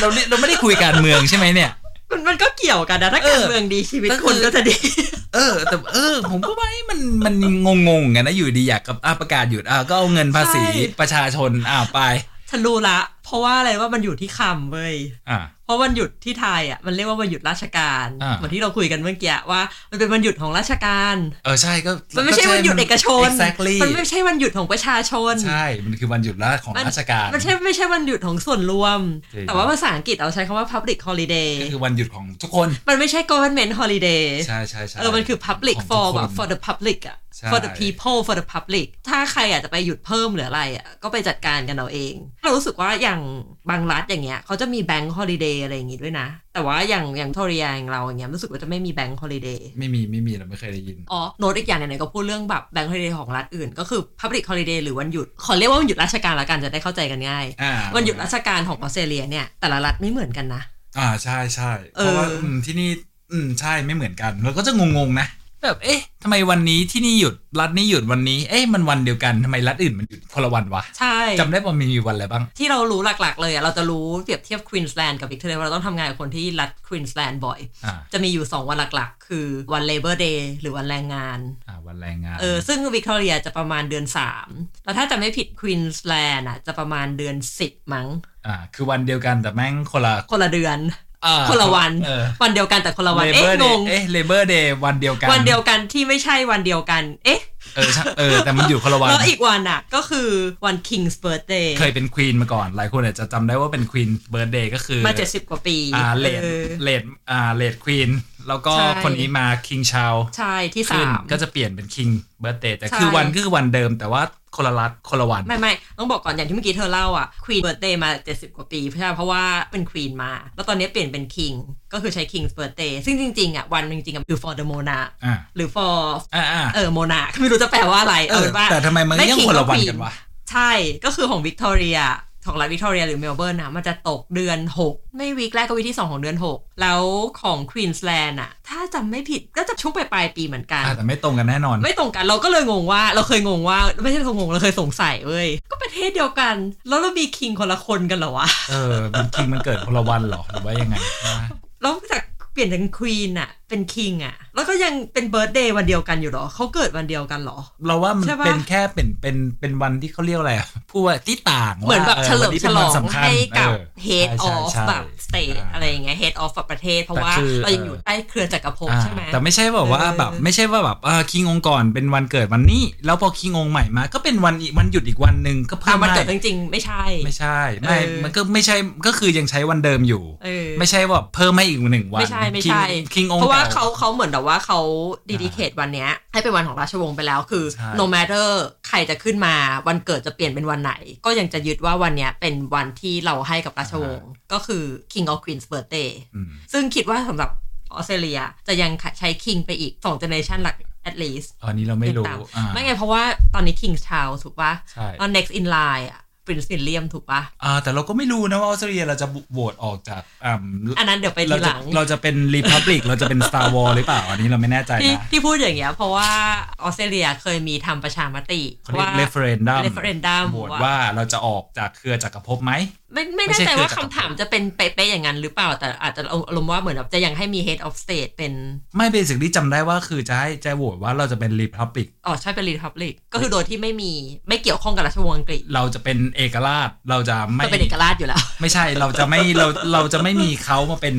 Speaker 3: เราเรียเราไม่ได้คุยการเมืองใช่ไหมเนี่ย
Speaker 2: มันมันก็เกี่ยวกันนะถ้า
Speaker 3: เออ
Speaker 2: การเมืองดีชีวิต
Speaker 3: ก็คือ
Speaker 2: คนก็จะดี
Speaker 3: เออ แต่เออ ผมก็ว่าเอ้ยมันมันงงงๆกันนะอยู่ดีอยากกับอ่ะประกาศหยุดอ่ะก็เอาเงินภาษี
Speaker 2: ใช่
Speaker 3: ประชาชนอ่ะไป
Speaker 2: ฉันรู้ละ เพราะว่าอะไรว่ามันอยู่ที่คำเว้ย
Speaker 3: อ่ะ
Speaker 2: เพราะวันหยุดที่ไทยอ่ะมันเรียกว่าวันหยุดราชการ
Speaker 3: อ่า
Speaker 2: เหมือนที่เราคุยกันเมื่อกี้ว่ามันเป็นวันหยุดของราชการ
Speaker 3: เออใช่ก็
Speaker 2: มันไม่ใช่วันหยุดเอกชน
Speaker 3: exactly
Speaker 2: มันไม่ใช่วันหยุดของประชาชน
Speaker 3: ใช่มันคือวันหยุดละของราชการ
Speaker 2: มันใช่ไม่ใช่วันหยุดของส่วนรวม
Speaker 3: จริง
Speaker 2: แต่ว่าภาษาอังกฤษเอาใช้คำว่า public holiday
Speaker 3: ก็คือวันหยุดของทุกคน
Speaker 2: มันไม่ใช่ government holiday
Speaker 3: ใช่ใช่ใช่
Speaker 2: เออ มันคือ public
Speaker 3: ของทุก
Speaker 2: for
Speaker 3: คน
Speaker 2: แบบ for the public อะ
Speaker 3: ใช่
Speaker 2: for the people for the public ถ้าใครอยากจะไปหยุดเพิ่มหรืออะไรอะก็ไปจัดการกันเอาเอง เรารู้สึกว่าอย่างบางรัฐอย่างเงี้ยเขาจะมี bank holiday อะไรอย่างงี้ด้วยนะ แต่ว่าอย่างอย่างทอริยาอย่างเราอย่างเงี้ยรู้สึกว่าจะไม่มี bank holiday
Speaker 3: ไม่มีไม่มีเราไม่เคยได้ยิน
Speaker 2: อ๋อ โน้ตอีกอย่างไหนๆก็พูดเรื่องแบบ bank holiday ของรัฐอื่น ก็คือ public holiday หรือวันหยุด ขอเรียกว่าวันหยุดราชการละกันจะได้เข้าใจกันง่าย
Speaker 3: อ่า
Speaker 2: วันหยุดราชการของออสเตรเลียเนี่ยแต่ละรัฐไม่เหมือนกันนะ
Speaker 3: อ่าใช่ใช่
Speaker 2: เออ
Speaker 3: เพราะว่าอืมที่นี่อืมใช่ไม่เหมือนกันเราก็จะงงๆนะแบบเอ๊ะทำไมวันนี้ที่นี่หยุดรัฐนี้หยุดวันนี้ เอ๊ะมันวันเดียวกันทำไมรัฐอื่นมันหยุดคนละวันวะ
Speaker 2: ใช่
Speaker 3: จำได้ป่ะมีมีวันอะไรบ้าง
Speaker 2: ที่เรารู้หลักๆเลยอะเราจะรู้เปรียบเทียบควีนสแลนด์กับวิกตอเรียว่าเราต้องทำงานกับคนที่รัฐควีนสแลนด์บ่อย
Speaker 3: อ่า
Speaker 2: จะมีอยู่ 2 วันหลักๆ คือวัน Labor Day หรือวันแรงงาน
Speaker 3: อ่าวันแรงงาน
Speaker 2: เออซึ่งวิกตอเรียจะประมาณเดือน 3 แล้วถ้าจะไม่ผิดควีนสแลนด์อะจะประมาณเดือน 10 มั้ง
Speaker 3: อ่าคือวันเดียวกันแต่แม่งคนละ
Speaker 2: คนละเดือน
Speaker 3: อ่า
Speaker 2: คนละวัน
Speaker 3: เออ
Speaker 2: วันเดียวกันแต่คนละวัน เอ๊ะ
Speaker 3: Labor
Speaker 2: ง
Speaker 3: Day
Speaker 2: ง
Speaker 3: เอ๊ะ Labor Day วันเดียวกัน
Speaker 2: วันเดียวกันที่ไม่ใช่วันเดียวกัน เอ๊ะ
Speaker 3: เออใช่เออแต่มันอยู่คนละวัน
Speaker 2: แล้วอีกวันอะก็คือวัน King's Birthday
Speaker 3: เคยเป็นควีนมาก่อน หลายคนอาจจะจำได้ว่าเป็นควีนเบิร์ดเดย์ก็คือ
Speaker 2: มา 70 กว่าปี
Speaker 3: อ่าเลด
Speaker 2: ออ
Speaker 3: เลดอ่าเลดควีนแล้วก็
Speaker 2: ใช่
Speaker 3: คนนี้มาคิงชาว
Speaker 2: ใช่ที่
Speaker 3: ขึ้
Speaker 2: สาน ม
Speaker 3: ก็จะเปลี่ยนเป็น King Birthday แต่
Speaker 2: ใช่
Speaker 3: คือวันก็คือวันเดิมแต่ว่าคนละรัฐคนละวัน
Speaker 2: ไม่ไม่ต้องบอกก่อนอย่างที่เมื่อกี้เธอเล่าอ่ะควีนเบิร์ d เดย์มา 70 กว่าปีเพราะใช่เพราะว่าเป็นควีนมา แล้วตอนนี้เปลี่ยนเป็นคิงก็คือใช้ King's Birthday ซึ่งจริง ๆ อ่ะ วันจริงๆอ่ะคือ for the monarch
Speaker 3: อ่า
Speaker 2: หรือ for
Speaker 3: อ่าอ่า
Speaker 2: เออ monarch ไม่รู้จะแปลว่าอะไร
Speaker 3: เอ
Speaker 2: เอา
Speaker 3: อ
Speaker 2: เป็นว่า
Speaker 3: แต่ทำไมมัน
Speaker 2: ด้
Speaker 3: ยัง
Speaker 2: King
Speaker 3: คนละวั
Speaker 2: บ
Speaker 3: น
Speaker 2: Queen
Speaker 3: กันวะ
Speaker 2: ใช่ก็คือของวิกตอเรียของรัฐวิกตอเรียหรือเมลเบิร์นนะมันจะตกเดือน 6 ไม่วีคแรกก็วีคที่ 2 ของเดือน 6 แล้วของควีนสแลนด์อ่ะถ้าจำไม่ผิดก็จะช่วงปลายๆปีเหมือนกัน
Speaker 3: อ่าแต่ไม่ตรงกันแน่นอน
Speaker 2: ไม่ตรงกันเราก็เลยงงว่าเราเคยงงว่าไม่ใช่เรางงเราเคยสงสัยเว้ยก็ประเทศเดียวกัน แล้วเรามีคิงคนละคนกันเหรอวะ
Speaker 3: เออมันคิงมันเกิดคนละวันเหรอหรือว่ายังไง
Speaker 2: แล้วจากเปลี่ยนจากควีนอะเป็นคิงอะ
Speaker 4: แล้วก็ยังเป็นเบิร์ตเดย์วันเดียวกันอยู่เหรอเขาเกิดวันเดียวกันเหรอ
Speaker 3: เราว่ามัน
Speaker 4: ใช่ปะ
Speaker 3: เป็นแค่เป็นเป็นเป็นวันที่เขาเรียกอะไรอะพูดว่าที่ต่างว่า
Speaker 2: เหมือนแบบเฉลิม
Speaker 3: วันนี้
Speaker 2: ฉ
Speaker 3: เป็น
Speaker 2: ล
Speaker 3: วัน
Speaker 2: อง
Speaker 3: สำคัญ
Speaker 2: ให้กับ
Speaker 3: เออ
Speaker 2: head
Speaker 3: ใช่
Speaker 2: of
Speaker 3: ใช่
Speaker 2: แบบ state
Speaker 3: ใช่
Speaker 2: อะไรอย่างเงี้ย head of แบบประเทศ เพราะว่า
Speaker 3: แต่คือ
Speaker 2: เรายังอยู่ใต้เครือจักรภพ
Speaker 3: อ่า
Speaker 2: ใช่ไหม
Speaker 3: แต่ไม่ใช่แบบว่า
Speaker 4: เออ
Speaker 3: แบบไม่ใช่ว่าแบบเออคิงองค์ก่อนเป็นวันเกิดวันนี้ แล้วพอคิงองค์ใหม่มาก็เป็นวันอีกวันหยุดอีกวันหนึ่งก็เพิ่
Speaker 2: ตาม มวันเกิด
Speaker 3: ได้
Speaker 2: จริงๆ ไม่ใช่
Speaker 3: ไม่ใช่ไม่
Speaker 2: เออ
Speaker 3: มันก็ไม่ใช่ก็คือยังใช้วันเดิมอยู่
Speaker 2: เออ
Speaker 3: ไม่ใช่ว่าเพิ่มให้อีกหนึ่งวัน
Speaker 2: ไม่ใช่ ไม่ใช่
Speaker 3: คิงองค์
Speaker 2: เพราะว่า
Speaker 3: ก่
Speaker 2: เขาเขาเหมือนแบบว่าเขาดีดีเคทวันเนี้ย ให้เป็นวันของราชวงศ์ไปแล้วคือ
Speaker 3: ใช่
Speaker 2: no matter ใครจะขึ้นมาวันเกิดจะเปลี่ยนเป็นวันไหน ก็ยังจะยึดว่าวันเนี้ยเป็นวันที่เราให้กับราชวงศ์ก็คือ king or queen's birthday
Speaker 3: อืม
Speaker 2: ซึ่งคิดว่าสำหรับออสเตรเลียจะยังใช้ king ไปอีก2 generation หลัก at least
Speaker 3: อันนี้เราไม่รู้
Speaker 2: ติดต
Speaker 3: อ่า
Speaker 2: ไม่ไงเพราะว่าตอนนี้ King s h o w ถูกปะ
Speaker 3: ใช่
Speaker 2: ตอน next in line อ่ะ Prince William ถูกปะ
Speaker 3: อ่าแต่เราก็ไม่รู้นะว่าออสเตรเลียเราจะโหวตออกจากอ่า
Speaker 2: อันนั้นเดี๋ยวไป
Speaker 3: เรา
Speaker 2: ทีห
Speaker 3: จะ
Speaker 2: ลัง
Speaker 3: เราจะเป็นรีพับลิกเราจะเป็น Star War หรือเปล่าอันนี้เราไม่แน่ใจ
Speaker 2: ที่
Speaker 3: นะ
Speaker 2: ที่พูดอย่างเงี้ย เพราะว่าออสเตรเลียเคยมีทำประชามติ
Speaker 3: เขาเรียก referendum
Speaker 2: referendum
Speaker 3: โหวตว่าเราจะออกจากเครือจักรภพไหม
Speaker 2: ไม่ไม่
Speaker 3: ไม่
Speaker 2: แน่
Speaker 3: ใช่
Speaker 2: ใจว่า
Speaker 3: เครือจักรภพ
Speaker 2: คำถามจะเป็นเป๊ะๆอย่างนั้นหรือเปล่า แต่อาจจะอารมณ์ว่าเหมือนแบบจะยังให้มี head of state เป็น
Speaker 3: ไม่เบสิกที่จำได้ว่าคือจะให้จะโหวตว่าเราจะเป็นรีพับลิก
Speaker 2: อ๋อใช่เป็น republic ก็คือโดยที่ไม่มีไม่เกี่ยวข้องกับราชวงศ์อังกฤษ
Speaker 3: เราจะเป็นเอกราชเราจะไม่
Speaker 2: ก็เป็นเอกราชอยู่แล้ว
Speaker 3: ไม่ใช่เราจะไม่เราเราจะไม่มีเขามาเป็น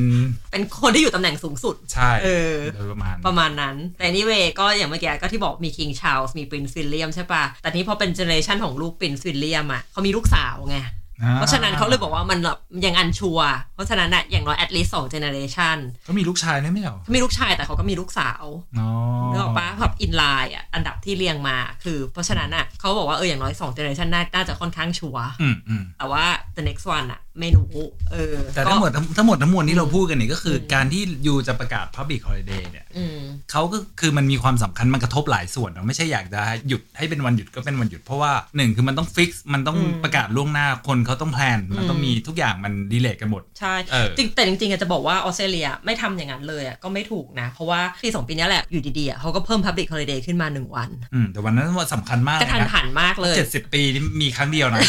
Speaker 2: เป็นคนที่อยู่ตำแหน่งสูงสุด
Speaker 3: ใช่
Speaker 2: เออ
Speaker 3: โดยประมาณ
Speaker 2: ประมาณนั้น แต่นี่เวก็อย่างเมื่อกี้ก็ที่บอกมีคิงชา l ส์มีปรินซ์วิลเลียมใช่ปะแต่นี้พอเป็นเจเนอเรชันของลูกปรินซ์วิลเลียมอ่ะเขามีลูกสาวไง
Speaker 3: อ่
Speaker 2: เพราะฉะนั้นเขาเลยบอกว่ามันแบบยังอันชัวร์เพราะฉะนั้นอะอย่างน้อย at least สองเจเนอเรชัน
Speaker 3: ก็มีลูกชายได้ไหมเหรอ
Speaker 2: เขามีลูกชายแต่เขาก็มีลูกสาว
Speaker 3: อ๋อ
Speaker 2: นึกออกปะแบบอินไลน์อะอันดับที่เรียงมา คือเพราะฉะนั้นอะเขาบอกว่าเอออย่างน้อยสองเจเนอเรชันน่าจะค่อนข้างชัวร์
Speaker 3: อืมอืม
Speaker 2: แต่ว่า the next one อะไม่รู้เออ
Speaker 3: แต่ทั้งหมด
Speaker 2: ก็
Speaker 3: ทั้งทั้งหมดทั้งมวลที่เราพูดกันเนี่ยก็คืออการที่ยูจะประกาศ Public Holiday เนี่ย
Speaker 2: อืม
Speaker 3: เขาก็คือมันมีความสำคัญมันกระทบหลายส่วนเนอะไม่ใช่อยากจะหยุดให้เป็นวันหยุดก็เป็นวันหยุดเพราะว่าหนึ่งคือมันต้องฟิกซ์มันต้อง
Speaker 2: อืม
Speaker 3: ประกาศล่วงหน้าคนเขาต้องแพลนมันต้อง
Speaker 2: อืม
Speaker 3: มีทุกอย่างมันดีเลย์กันหมด
Speaker 2: ใช่
Speaker 3: เออ
Speaker 2: จริงแต่จริงๆอะจะบอกว่าออสเตรเลียไม่ทำอย่างนั้นเลยอะก็ไม่ถูกนะ เพราะว่าปีสองปีเนี้ยแหละ อยู่ดีๆอะเขาก็เพิ่ม Public Holiday ขึ้นมาหนึ่งวัน
Speaker 3: อืมแต่วันนั้นว่าสำคัญมาก
Speaker 2: กระทัน
Speaker 3: เลยนะ
Speaker 2: หันมากเลย
Speaker 3: เจ็ดสิบปีนี่มีครั้งเดียวนะ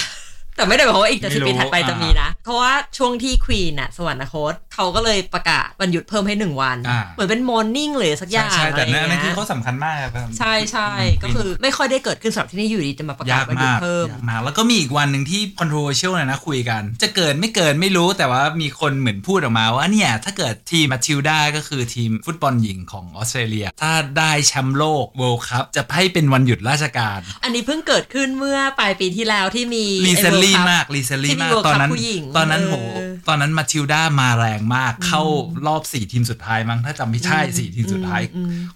Speaker 2: แต่ไม่ได้หมายความว่าอีก
Speaker 3: ไม่
Speaker 2: จะ
Speaker 3: รู้
Speaker 2: สิบปีถัดไป
Speaker 3: อ่า
Speaker 2: จะมีนะ เพราะว่าช่วงที่ควีนอะสวรรคตเขาก็เลยประกาศวันหยุดเพิ่มให้หนึ่งวัน
Speaker 3: อ่า
Speaker 2: เหมือนเป็นมอร์นิ่งเลยสักอ
Speaker 3: ใช่
Speaker 2: ย่าง
Speaker 3: ใช่
Speaker 2: อะไรอ
Speaker 3: แต่
Speaker 2: ย่าง
Speaker 3: นั่นอันนั่นคื
Speaker 2: เงี้
Speaker 3: อย เขาสำคัญมากครับ
Speaker 2: ใช่ใช่ก็คือไม่ค่อยได้เกิดขึ้นสำหรับที่นี่อยู่ดีจะมาประกาศ
Speaker 3: ยาก
Speaker 2: วันหยุด
Speaker 3: มาก
Speaker 2: เพิ่ม
Speaker 3: ยากมาก แล้วก็มีอีกวันหนึ่งที่ controversial เลยนะคุยกัน จะเกิดไม่เกิดไม่รู้แต่ว่ามีคนเหมือนพูดออกมาว่าเนี่ย ถ้าเกิดทีมมาทิลดาก็คือทีมฟุตบอลหญิงของออสเตรเลีย ถ้าได้แชมป์โลก World Cup จะให้เป็นวันหยุดราชการ
Speaker 2: อันนี้เพิ่งเกิดขึ้นเมื่อปลายปีที่แล้วที่มี
Speaker 3: รีเซลลี่
Speaker 2: World Cup
Speaker 3: มากรีเซล
Speaker 2: ที่
Speaker 3: ลี่
Speaker 2: มี
Speaker 3: มาก
Speaker 2: World
Speaker 3: ตอน
Speaker 2: Cup
Speaker 3: นั้น
Speaker 2: ผู้หญิง
Speaker 3: ตอนนั้น
Speaker 2: เออ
Speaker 3: โหตอนนั้นมาทิลดามาแรงมาก เข้ารอบสี่ทีมสุดท้ายมั้งถ้าจำไม่ใช่สี่ทีมสุดท้าย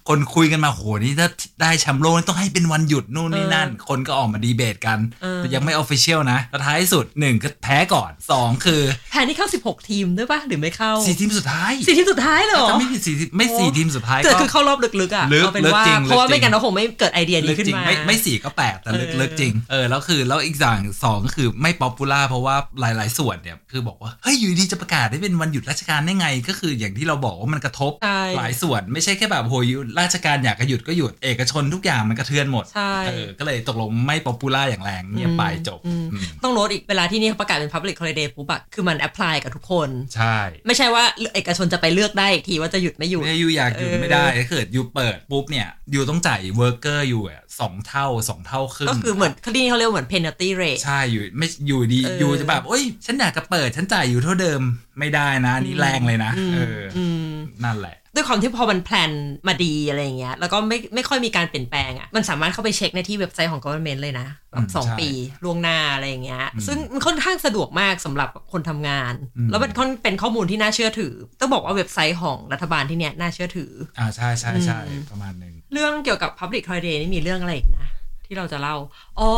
Speaker 3: คนคุยกันมาโหนี่ถ้าได้แชมป์โลกนี่ต้องให้เป็นวันหยุดนู่นนี่นั่น คนก็ออกมาดีเบตกัน แต่ยังไม่ออฟฟิเชียลนะแล้วท้ายสุดหนึ่งก็แพ้ก่อนสองคือ
Speaker 2: แทนที่เข้า 16 ทีมด้วยปะหรือไม่เข้า
Speaker 3: สี่ทีมสุดท้าย
Speaker 2: สี่ทีมสุดท้ายเหรอ
Speaker 3: จำไม่ผิดสี่ทีมไม่สี่ทีมสุดท้าย
Speaker 2: เกิด
Speaker 3: ก็
Speaker 2: คือเข้ารอบลึกๆอ่ะ
Speaker 3: ลึก
Speaker 2: เอาเป็นว่า
Speaker 3: ลึกจริง
Speaker 2: เพราะว่า
Speaker 3: ลึก
Speaker 2: ไม่กั
Speaker 3: จริง
Speaker 2: นเราคงไม่เกิดไอเดีย
Speaker 3: ลึ
Speaker 2: นี้
Speaker 3: ก
Speaker 2: ขึ้น
Speaker 3: จริง
Speaker 2: มา
Speaker 3: ไม่ไม่สี่ก็แปดแต่ลึก
Speaker 2: เออ
Speaker 3: ลึกจริงเออแล้วคือแล้วอีกอย่างสองก็คือไม่ป๊อปปูล่าเพราะว่าหลาย ๆ ส่วนเนี่ยคือบอกว่าเฮ้ยอยู่ดีจะประกาศได้เป็นวันหยุดราชการได้ไง ก็คืออย่างที่เราบอกว่ามันกระทบ
Speaker 2: ใช่
Speaker 3: หลายส่วนไม่ใช่แค่แบบโหยราชการอยากจะหยุดก็หยุดเอกชนทุกอย่างมันกระเทือนหมด
Speaker 2: ใช่
Speaker 3: เออก็เลยตกลงไม่ป๊อปปูล่าอย่างแรงเงียบไปจบ
Speaker 2: อืม
Speaker 3: อืม
Speaker 2: ต้องโน้ตอีกเวลาที่นี่เขาประกาศเป็น Public Holiday ปุ๊บอะคือมันแอพพลายกับทุกคน
Speaker 3: ใช่
Speaker 2: ไม่ใช่ว่าเอกชนจะไปเลือกได้อีกทีว่าจะหยุดไม่หยุด
Speaker 3: เนี่ยยูอยากหยุด
Speaker 2: เออ
Speaker 3: ไม่ได้ถ้าเกิดยูเปิดปุ๊บเนี่ยยูต้องจ่ายเวิร์กเกอร์ยูอะสองเท่าสองเท่าครึ่ง
Speaker 2: ก็คือเหมือนคดีเขาเรียกว่าเหมือน penalty rate
Speaker 3: ใช่อยู่ไม่อยู่ดี
Speaker 2: เออ
Speaker 3: อ
Speaker 2: อ
Speaker 3: ยู่จะแบบโอ้ย ฉันอยากจะเปิด ฉันจ่ายอยู่เท่าเดิมไม่ได้นะอันนี่แรงเลยนะเอออ
Speaker 2: ม
Speaker 3: นั่นแหละ
Speaker 2: ด้วยความที่พอมันแพลนมาดีอะไรอย่างเงี้ยแล้วก็ไม่ไม่ค่อยมีการเปลี่ยนแปลงอะมันสามารถเข้าไปเช็คในที่เว็บไซต์ของ government เลยนะแบ
Speaker 3: อื
Speaker 2: บ
Speaker 3: ม
Speaker 2: สอง
Speaker 3: ใช่
Speaker 2: ปีล่วงหน้าอะไรอย่างเงี้ย
Speaker 3: อืม
Speaker 2: ซึ่งมันค่อนข้างสะดวกมากสำหรับคนทำงาน
Speaker 3: อืม
Speaker 2: แล้วมันค่อนเป็นข้อมูลที่น่าเชื่อถือ ต้องบอกว่าเว็บไซต์ของรัฐบาลที่เนี่ยน่าเชื่อถือ
Speaker 3: อ่าใช่ใช่ใช่
Speaker 2: อืม
Speaker 3: ประมาณหนึ่ง
Speaker 2: เรื่องเกี่ยวกับ Public Holiday นี่มีเรื่องอะไรอีกนะ ที่เราจะเล่า อ๋อ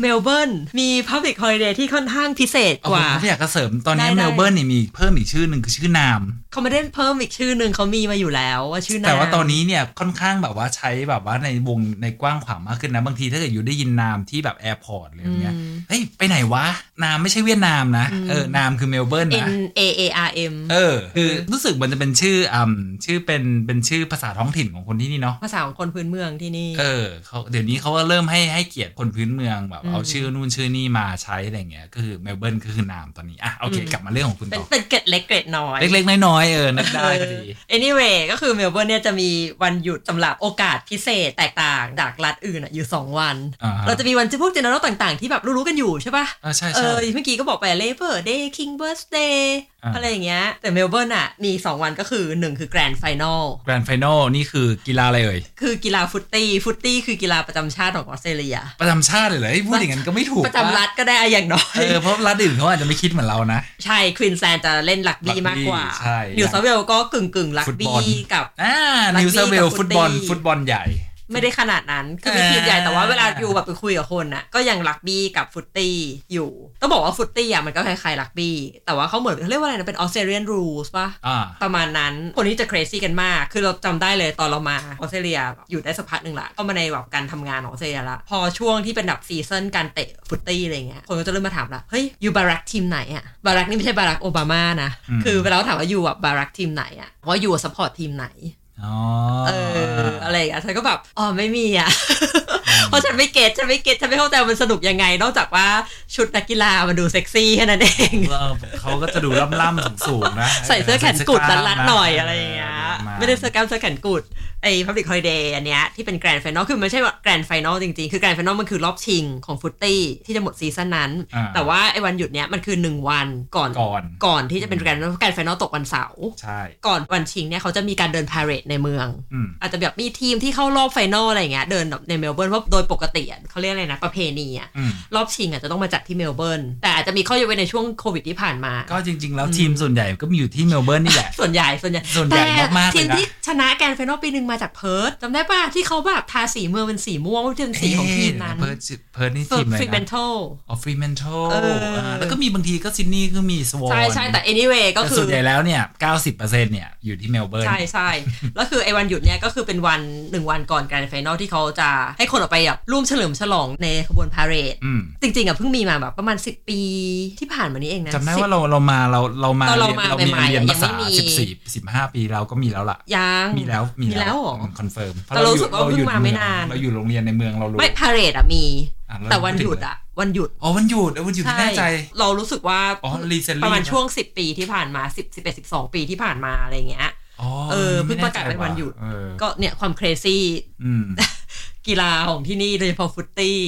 Speaker 2: เมลเบิร์นมี Public Holiday ที่ค่อนข้างพิเศษก
Speaker 3: เอาผม
Speaker 2: ว่า
Speaker 3: ผมอยากจะเสริมตอนนี้
Speaker 2: ได้
Speaker 3: เม
Speaker 2: ได้
Speaker 3: ลเบิร์นเนี่ยมีเพิ่มอีกชื่อหนึ่งคือชื่อนาม
Speaker 2: เขาไม่ได้เพิ่มอีกชื่อหนึ่งเขามีมาอยู่แล้วว่าชื่อนาม
Speaker 3: แต่ว่าตอนนี้เนี่ยค่อนข้างแบบว่าใช้แบบว่าในวงในกว้างขวางมากขึ้นนะ บางทีถ้าเกิดอยู่ได้ยินนามที่แบบแอร์พอร์ตอะไรอย่างเงี้ยเฮ้ยไปไหนวะ นามไม่ใช่เวียดนามนะเออนามคือเมลเบิร์น
Speaker 2: อืม
Speaker 3: นะ
Speaker 2: N A A R M
Speaker 3: เออคือรู้สึกมันจะเป็นชื่ออืมชื่อเป็นเป็นชื่อภาษาท้องถิ่นของคนที่นี่เนาะ
Speaker 2: ภาษาของคนพื้นเมืองที่นี่
Speaker 3: เออเขาเดี๋ยวนี้เขาก็เ ริ่มให้ให้เกียรติคนพื้นเมืองแบบเอาชื่อนู่นชื่อนี่มาใช้อะไรเงี้ยก็คือเมลเบิร์นก็คือนามตอนนี้อ่ะโอเคกลับมาเรื่องของคุณ
Speaker 2: เป็น
Speaker 3: ต่อ
Speaker 2: เป็นเกร็ดเล็กเกร็ดน้อย
Speaker 3: เล็กๆน้อยๆเออนักได้พอดี
Speaker 2: เออ anyway ก็คือเมลเบิร์นเนี่ยจะมีวันหยุดสำหรับโอกาสพิเศษแตกต่างจากรัฐอื่นอะอยู่ 2 วัน
Speaker 3: อ่าฮะ
Speaker 2: เราจะมีวันพวกเจนเนอเรลต่างๆ ที่แบบรู้ๆกันอยู่ใช่ปะ
Speaker 3: อ่าใช่
Speaker 2: เอ
Speaker 3: ใช่
Speaker 2: อเมื่อกี้ก็บอกไป Labor Day King Birthday
Speaker 3: อ่า
Speaker 2: อะไรอย่างเงี้ย แต่เมลเบิร์นอะมี 2 วันก็คือ 1 คือ Grand Final
Speaker 3: แกรนด์ไฟนอลนี่คือกีฬาอะไรเอ่ย
Speaker 2: คือกีฬาฟุตตี้ฟุตตี้คือกีฬาประจำชาติของออสเตรเลีย
Speaker 3: ประจำชาติเลยเหรอเฮ้ยพูดอย่างนั้นก็ไม่ถูก
Speaker 2: ประจำรัฐก็ได้อะอย่างน้อย
Speaker 3: เออเพราะรัฐอื่นเขาอาจจะไม่คิดเหมือนเรานะ
Speaker 2: ใช่ควีนแซนจะเล่นลักบี้มากกว่า
Speaker 3: ลักบี้ใช่
Speaker 2: นิวเซาเวลก็กึ่งกึ่งๆลัก
Speaker 3: ฟุตบอล
Speaker 2: บี้กับ
Speaker 3: อ่า
Speaker 2: รักบี้
Speaker 3: นิวเซเวล
Speaker 2: กับฟุ
Speaker 3: ฟุ
Speaker 2: ตบ
Speaker 3: ต
Speaker 2: บ อ
Speaker 3: อ
Speaker 2: ล
Speaker 3: ลฟุตบอลใหญ่
Speaker 2: ไม่ได้ขนาดนั้น คือมี
Speaker 3: อ่า
Speaker 2: ทีมใหญ่แต่ว่าเวลาอยู่แบบไปคุยกับคนน่ะ ก็ยังรักบี้กับฟุตตี้อยู่ ต้องบอกว่าฟุตตี้อ่ะมันก็คล้ายๆรักบี้ แต่ว่าเขาเหมือนเขาเรียกว่าอะไรนะ เป็นออสเตรเลียนรูสป่ะ
Speaker 3: อ่า
Speaker 2: ประมาณนั้น คนนี้จะ crazy กันมาก คือเราจำได้เลยตอนเรามาออสเตรเลียอยู่ได้สักพักหนึ่งละก็มาในแบบการทำงานของออสเตรเลียละพอช่วงที่เป็นแบบซีซันการเตะฟุตตี้อะไรเงี้ย คนก็จะเริ่มมาถามละ เฮ้ย อยู่บารักทีมไหนอะบารักนี่ไม่ใช่บารักโอบามานะ
Speaker 3: อืม
Speaker 2: คือเวลาเราถามว่าอยู่แบบบารักทีมไหนอะว่าอยู่ซัพพอร์ตทีมไหน
Speaker 3: อ๋อ
Speaker 2: เอออะไรอย่างเงี้ยฉันก็แบบ อ๋อ ไม่มีอ่ะ เพราะฉันไม่เก็ตฉันไม่เก็ตฉันไม่เข้าใจว่ามันสนุกยังไง นอกจากว่าชุดนักกีฬามันดูเซ็กซี่แค่นั้นเอง
Speaker 3: เออเขาก็จะดูล่ำๆสูงๆนะ
Speaker 2: ใส่เสื้อแขนกุดรัดรัดๆหน่อยอะไรอย่างเงี้ย
Speaker 3: า
Speaker 2: ไม่ได้เสื้อกล้ามเสื้อแขนกุด ไอ้พับลิคฮอลเดย์อันเนี้ยที่เป็นแกรนด์ไฟนอลคือมันไม่ใช่ว่าแกรนด์ไฟนอลจริงๆ คือแกรนด์ไฟนอลมันคือรอบชิงของฟุตตี้ที่จะหมดซีซั่นนั้น
Speaker 3: อ่
Speaker 2: แต่ว่าไอ้วันหยุดเนี้ยมันคือหนึ่งวันก่อน
Speaker 3: ก่อน
Speaker 2: ก่อนที่จะเป็นแกรนด์ไฟนอลแกรนด์ไฟนอลตกวันเสาร์
Speaker 3: ใช่
Speaker 2: ก่อนวันชิงเนี่ยเขาจะมีการเดินพาเหรดในเมือง
Speaker 3: อืม
Speaker 2: อาจจะแบบมีทีมที่เข้ารอบไฟนอลอะไรอย่างเงี้ยเดินแบบในเมลเบิร์นเพราะโดยปกติอะเขาเรียกอะไรนะ ประเพณีอะ
Speaker 3: อืม
Speaker 2: รอบชิงอาจจะต้องมาจัดที่เมลเบิร์นแต่อาจจะมีข้อยกเว้นในช่วงโควิดที่ผ่านมา
Speaker 3: ก็จริง ๆ แล้วทีมส่วนใหญ่ก็มีอยู่ที่เมลเบิร์นนี่แหละ
Speaker 2: ส่วนใหญ่ส่วนใหญ่
Speaker 3: ส่วนใหญ่
Speaker 2: แต่
Speaker 3: มากๆเลยนะ
Speaker 2: ทีมที่ชนะแกรนด์ไฟนอลปีหนึ่งมาจากเพิร์ทจำได้ป่ะ ที่เขาแบบทาสีเมืองเป็นสีม่วงว่าเป็นสีของทีมนั้น
Speaker 3: เพิร์ดเพิร์ดนี่
Speaker 2: ส่ว
Speaker 3: ที
Speaker 2: น
Speaker 3: มอะไร
Speaker 2: ฟิเมน
Speaker 3: นะ
Speaker 2: โต
Speaker 3: อ๋อฟรีแมนโท
Speaker 2: เอออ่
Speaker 3: แล้วก็มีบางทีก็ซิดนีย์ก็มีสวอน
Speaker 2: ใช่ใช่แต่ anyway ก็คือ
Speaker 3: ส่วนใหญ่แล้วเนี่ย 90%เนี่ยอยู่ที่เมลเบิร์น
Speaker 2: ใช่ใช่แล้วคือไอ้วันหยุดเนี่ยก็คือเป็นวันหนึ่งวันก่อนแกรนด์ไฟนอลที่เขาจะให้คนออกไปแบบร่วมเฉลิมฉลองในขบวนพาเหรด
Speaker 3: อืม
Speaker 2: จริงๆอ่ะเพิ่งมีมาแบบประมาณ 10 ปีที่ผ่านมานี้เองนะ
Speaker 3: จำได้
Speaker 2: สิบ
Speaker 3: ว่าเราเรามาเราเรามา
Speaker 2: ตอนเรา
Speaker 3: เรียน
Speaker 2: มา
Speaker 3: เรามี
Speaker 2: ใหม่ๆ
Speaker 3: เรียนภาษา
Speaker 2: ยังไม่มี
Speaker 3: 14 15 ปีเราก็มีแล้วล่ะ
Speaker 2: ยัง
Speaker 3: มีแล้วมี
Speaker 2: มีแล้วเหรอ
Speaker 3: คอนเฟิร์ม
Speaker 2: แต่เรารู้สึกว่าเพิ่งมาไม่นาน
Speaker 3: เราอยู่โรงเรียนในเมืองเรารู้
Speaker 2: ไม่พาเหรดอ่ะมี
Speaker 3: อ่ะเรา
Speaker 2: แต่วันหยุดอ่ะ วันหยุด
Speaker 3: อ๋อวันหยุดเออวันหยุดที่แน่ใจ
Speaker 2: เรารู้สึกว่า
Speaker 3: อ๋อ recently
Speaker 2: ประมาณช่วง 10 ปีที่ผ่านมา 10 11 12 ปีที่ผ่านมาอะไรเงี้ย
Speaker 3: อ๋อ
Speaker 2: เออเพิ่ง
Speaker 3: ไม่
Speaker 2: ประ
Speaker 3: แน่
Speaker 2: กาศเป็นวันหยุด
Speaker 3: เออ
Speaker 2: ก็เนี่ยความเครซี่
Speaker 3: อืม
Speaker 2: กีฬาของที่นี่โดยเฉพาะฟุตตี้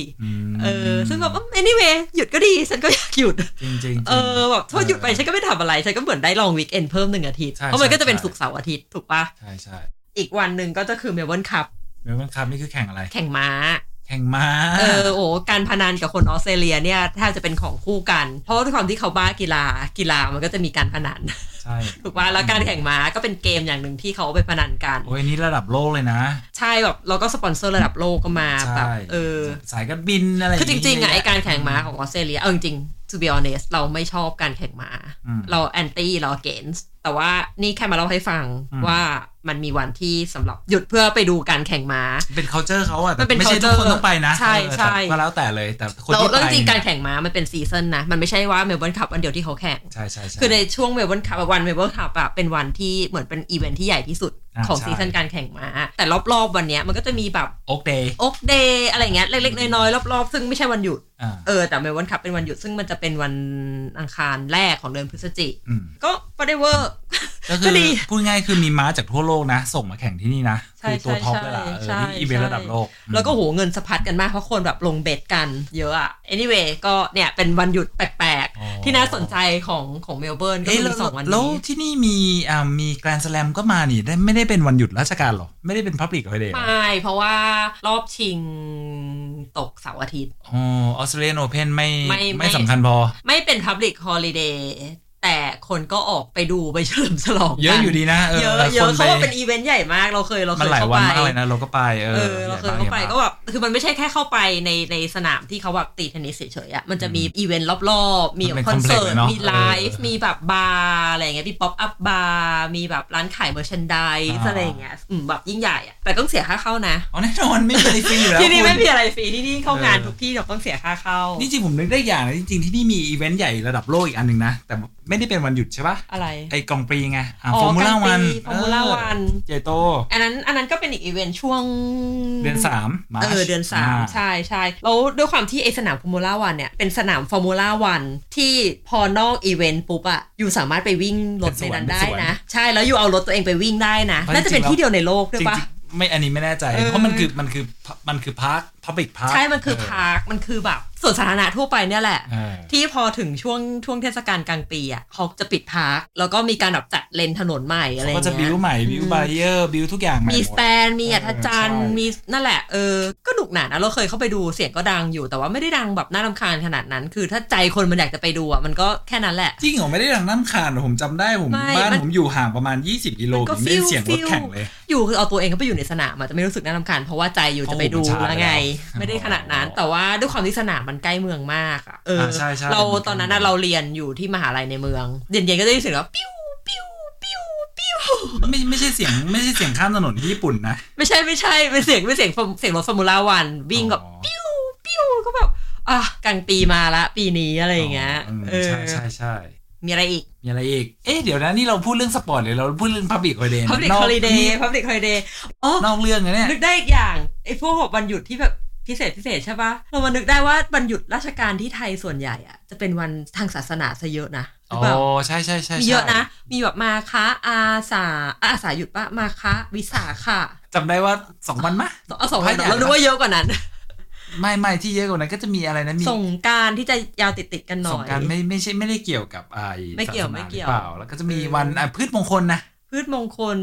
Speaker 3: ม
Speaker 2: เออซึ่งแบบ anyway หยุดก็ดีฉันก็อยากหยุด
Speaker 3: จริงๆจริง
Speaker 2: เออแบบถ้าหยุดไปฉันก็ไม่ทำอะไรฉันก็เหมือนได้ลองวีคเอนเพิ่มหนึ่งอาทิตย์
Speaker 3: ใช่
Speaker 2: เพราะมันก็จะเป็น
Speaker 3: ใช่
Speaker 2: ศุกร์เสาร์อาทิตย์ถูกปะ
Speaker 3: ใช่ใช่
Speaker 2: อีกวันหนึ่งก็จะคือเมลเบิร์นคัพ
Speaker 3: เมลเบิร์นคัพนี่คือแข่งอะไร
Speaker 2: แข่งม้า
Speaker 3: แข่งม้า
Speaker 2: เออโอ้การพนันกับคนออสเตรเลียเนี่ยแทบจะเป็นของคู่กัน เพราะด้วยความที่เขาบ้ากีฬากีฬามันก็จะมีการพนัน
Speaker 3: ใช่
Speaker 2: ถูกป่ะแล้วการแข่งม้าก็เป็นเกมอย่างหนึ่งที่เขาเอาไปพนันกัน
Speaker 3: โอ้ยอันนี่ระดับโลกเลยนะ
Speaker 2: ใช่แบบเราก็สปอนเซอร์ระดับโลกก็มา
Speaker 3: ใช่
Speaker 2: แบบเออ
Speaker 3: สายการบินอะไร
Speaker 2: คือจริงๆอ่ะไอ
Speaker 3: เย
Speaker 2: การแข่งม้าของออสเตรเลียเอาจริงๆ to be honest เราไม่ชอบการแข่งม้า
Speaker 3: อืม
Speaker 2: เราแอนตี้เรา against แต่ว่านี่แค่มาเล่าให้ฟัง
Speaker 3: อืม
Speaker 2: ว่ามันมีวันที่สำหรับหยุดเพื่อไปดูการแข่งม้า
Speaker 3: เป็น culture เขาอ่ะแต่
Speaker 2: มันเป็น
Speaker 3: ไม่ใช่ทุกคน
Speaker 2: culture
Speaker 3: ต้องไปนะ
Speaker 2: ใช่
Speaker 3: เออแต่
Speaker 2: ใช่
Speaker 3: ก็แล้วแต่เลยแต่คน
Speaker 2: เรา
Speaker 3: ที่ไป
Speaker 2: เรื่องจริงๆ
Speaker 3: เนี่
Speaker 2: การ
Speaker 3: ย
Speaker 2: แข่งม้ามันเป็นซีซันนะ มันไม่ใช่ว่าเมลเบิร์นคัพวันเดียวที่เขาแข่ง
Speaker 3: ใช่ใช่ช่
Speaker 2: คือในช่วงเมลเบิร์นคัพวันเมลเบิร์นคัพอะเป็นวันที่เหมือนเป็นอีเวนท์ที่ใหญ่ที่สุด
Speaker 3: อ่า
Speaker 2: ของ
Speaker 3: ใช่
Speaker 2: ซีซันการแข่งม้า แต่รอบๆวันเนี้ยมันก็จะมีแบบ
Speaker 3: โอ๊กเดย์
Speaker 2: โอ๊กเดย์อะไรอย่างเงี้ยเล็กๆน้อยๆรอบๆ ซึ่งไม่ใช่วันหยุด
Speaker 3: อ่า
Speaker 2: เออแต่เมลเบิร์นคัพเป็นวันหยุดซึ่งมันจะเป็นวันอังคารแรกของเดือนพฤศจิก
Speaker 3: อืม
Speaker 2: ก็ไม่ได้เวอร์
Speaker 3: ก็
Speaker 2: ก็
Speaker 3: คือ
Speaker 2: ดี
Speaker 3: พูดง่ายคือมีม้าจากทั่วโลกนะ ส่งมาแข่งที่นี่นะ
Speaker 2: ใช่
Speaker 3: คือตัว
Speaker 2: ใช่
Speaker 3: ท็อปเลยล่ะเอ
Speaker 2: ใช่
Speaker 3: อนี่อีเวน
Speaker 2: ใช่
Speaker 3: ต์ระดับโลก
Speaker 2: แล้วก็โหเงินสะพัดกันมากเพราะคนแบบลงเบ็ดกันเยอะอะ anyway ก็เนี่ยเป็นวันหยุดแปลกๆ ที่น่าสนใจของของเมลเบิร์นก็
Speaker 3: เอ้ย
Speaker 2: มี
Speaker 3: แล้ว
Speaker 2: สองวัน
Speaker 3: แล้ว
Speaker 2: นี้
Speaker 3: ที่นี่มีอ่ามีแกรนด์สแลมก็มานี่ได้ไม่ได้เป็นวันหยุดราชการหรอ ไม่ได้เป็นพับลิกฮอลเดย์
Speaker 2: ไม่เพราะว่ารอบชิงตกเสาร์อาทิตย์
Speaker 3: อ๋อออสเตรเลียนโอเพนไม่
Speaker 2: ไม่ไม่
Speaker 3: ไม่สำคัญพอ
Speaker 2: ไม่เป็น Public Holiday แต่คนก็ออกไปดูไปเฉลิมฉลองกัน
Speaker 3: เยอะอยู่ดีนะเออ
Speaker 2: เยอะเย
Speaker 3: ค
Speaker 2: อะ
Speaker 3: นไป
Speaker 2: เขาว่าเป็นอีเวนต์ใหญ่มากเราเคยเราเค
Speaker 3: มัน
Speaker 2: ย
Speaker 3: หลาย
Speaker 2: เข้า
Speaker 3: วัน
Speaker 2: ไป
Speaker 3: มากเลยนะ เราก็ไปเอ
Speaker 2: เอ
Speaker 3: อ
Speaker 2: อ เราเคย
Speaker 3: ห
Speaker 2: เข้า
Speaker 3: ล
Speaker 2: ไป
Speaker 3: ม
Speaker 2: ก็แบบคือมันไม่ใช่แค่เข้าไปในในสนามที่เขาแบบตีเทนนิสเฉยๆอะมันจะมีอีเวนต์รอบๆ มี
Speaker 3: ป็
Speaker 2: คอนเสิร์ต
Speaker 3: มพลซ์ลยะ
Speaker 2: มีไลฟ์
Speaker 3: เออ
Speaker 2: มีแบบบาร์อะไรอย่างเงี้ยมีป๊อปอัพบาร์มีแบบร้านขายเมอร์ชันดาย
Speaker 3: อ่า
Speaker 2: อะไรอย่างเงี้ยอืมแบบยิ่งใหญ่อะแต่ต้องเสียค่าเข้านะ
Speaker 3: อ๋อแน่นอนไม่มีฟรีอยู่แล้ว
Speaker 2: ที่นี่ไม่
Speaker 3: คุณ
Speaker 2: มีอะไรฟรีที่นี่เข้างาน
Speaker 3: เออ
Speaker 2: ทุกที่เราต้องเสียค่าเข้า
Speaker 3: นี่จริงผมนึกได้อย่างนะจริงๆที่นี่มีอีเวนต์ใหญ่ระดับโลกอีกอันหนึ่งนะแต่ไม่ ไม่ได้เป็นวันหยุดใช่ปะ
Speaker 2: อะไร
Speaker 3: ไอกองปีไงอ่า
Speaker 2: อ๋อ
Speaker 3: ฟอร์มูล่าวัน
Speaker 2: กองปี Formula One
Speaker 3: ใหญ่โต
Speaker 2: อันนั้นอันนั้นก็เป็นอีกอีเวนต์ช่วง
Speaker 3: เดือนสามมาร์ช
Speaker 2: เออเดือนสามใช่ใช่แล้วด้วยความที่ไอสนามฟอร์มูล่าวันเนี่ย เป็นสนามฟอร์มูล่าวันที่พอนอกอีเวนต์ปุ๊บอะอยู่สามารถไปวิ่งรถในนั้นได้นะ ใช่แล้วอยู่เอารถตัวเองไปวิ่งได้นะ น่าจะเป็นที่เดียวในโลกด้วย
Speaker 3: จริง
Speaker 2: ปะ
Speaker 3: ๆไม่อันนี้ไม่แน่ใจ
Speaker 2: เออ
Speaker 3: เพราะมันคือมันคือมันคือพาร์คพับลิกพาร์ค
Speaker 2: ใช่มันคือพาร์คมันคือแบบส่วนสาธารณะทั่วไปเนี่ยแหละ ที่พอถึงช่วงช่วงเทศกาลกลางปีอ่ะเขาจะปิดพาร์คแล้วก็มีการแบบจัดเลนถนนใหม่อะไร
Speaker 3: เขา
Speaker 2: เงี้ย
Speaker 3: ก็จะบิวใหม่บิวบาเยอร์บิวทุกอย่างใหม่ห
Speaker 2: มี
Speaker 3: ด
Speaker 2: สแตน มีอัธจันทร์
Speaker 3: เออใช่
Speaker 2: มีนั่นแหละ เออ ก็หนุกหนานะเราเคยเข้าไปดูเสียงก็ดังอยู่ แต่ว่าไม่ได้ดังแบบน่ารำคาญขนาดนั้น คือถ้าใจคนมันอยากจะไปดูอ่ะ มันก็แค่นั้นแหละ
Speaker 3: จริงเหรอไม่ได้ดังน้ำคานผมจำได้ผม
Speaker 2: ไม่
Speaker 3: บ้าน
Speaker 2: มัน
Speaker 3: ผมอยู่ห่างประมาณ 20กิโล
Speaker 2: มันก็
Speaker 3: ผมได้ยินเสียงร
Speaker 2: ฟิ
Speaker 3: ถ
Speaker 2: วๆ
Speaker 3: แข่งเลย
Speaker 2: อยู่คือเอาตัวเองเข้าไปอยู่ในสนามอาจจะไม่รู้สึกน่ารำคาญเพราะว่าใจอยู่จะไปดู
Speaker 3: โอ้โหมันช้า
Speaker 2: แล้วไง
Speaker 3: แล้ว
Speaker 2: ไม่ได้ขนาดนั้น แต่ว่าด้วยความที่สนามมันใกล้เมืองมากอ่ะเออ
Speaker 3: อ่าใช่ใช่
Speaker 2: เรา
Speaker 3: มันใกล้
Speaker 2: ตอนนั้นน่ะ
Speaker 3: เมือง
Speaker 2: เราเรียนอยู่ที่มหาลัยในเมืองเย็นๆก็ได้ยินเสียงแล้วปิ้วปิ้วปิ้วปิ้ว
Speaker 3: ไม่ไม่ใช่เสียงไม่ใช่เสียงข้ามถนนที่ญี่ปุ่นนะ
Speaker 2: ไม่ใช่ไม่ใช่เป็นเสียงเป็นเสียงเสียงรถฟอร์มูล่าวันวิ่งกับ ปิ้วปิ้วก็แบบอ่ะกลางปีมาละ ปีนี้อะไรอย่างเงี้ยเออ
Speaker 3: ใช่ใช่ใช่
Speaker 2: มีอะไรอีก
Speaker 3: มีอะไรอีก เอ๊ะเดี๋ยวนะนี่เราพูดเรื่องสปอร์ตหรือเราพูดเรื่องพับบิกฮอลเดย์
Speaker 2: Public Holiday Public Holiday อ๋อน
Speaker 3: อกเรื่องนะเนี่ย
Speaker 2: นึกได้อีกอย่างไอ้พวกวันหยุดที่แบบพิเศษพิเศษใช่ปะเรามานึกได้ว่าวันหยุดราชการที่ไทยส่วนใหญ่อะจะเป็นวันทางศาสนาซะเยอะนะหรือ
Speaker 3: อ๋อ
Speaker 2: เปล่า
Speaker 3: ใช่ใช่ใช่
Speaker 2: มี
Speaker 3: ใช่
Speaker 2: เยอะนะ มีแบบมาค้าอาสาอาสาหยุดปะมาค้าวิสาค่ะ
Speaker 3: จำได้ว่าสองวันมะ
Speaker 2: เอาสองวันเหรอ
Speaker 3: พระใหญ่
Speaker 2: เราดูว่าเยอะกว่านั้น
Speaker 3: ไม่ไม่ที่เยอะกว่านั้นก็จะมีอะไรนะมี
Speaker 2: ส่งกรารที่จะยาวติดติดๆกันหน่
Speaker 3: สง
Speaker 2: อย
Speaker 3: กรารไม่ไม่ใช่ไม่ได้เกี่ยวกับไอ้
Speaker 2: ไม่เกี่ยว
Speaker 3: ศาสนา
Speaker 2: ไม่เกี่ยว
Speaker 3: หรือเปล่า แล้วก็จะมีวันอ่ะพืชมงคลนะ
Speaker 2: พืชมงคล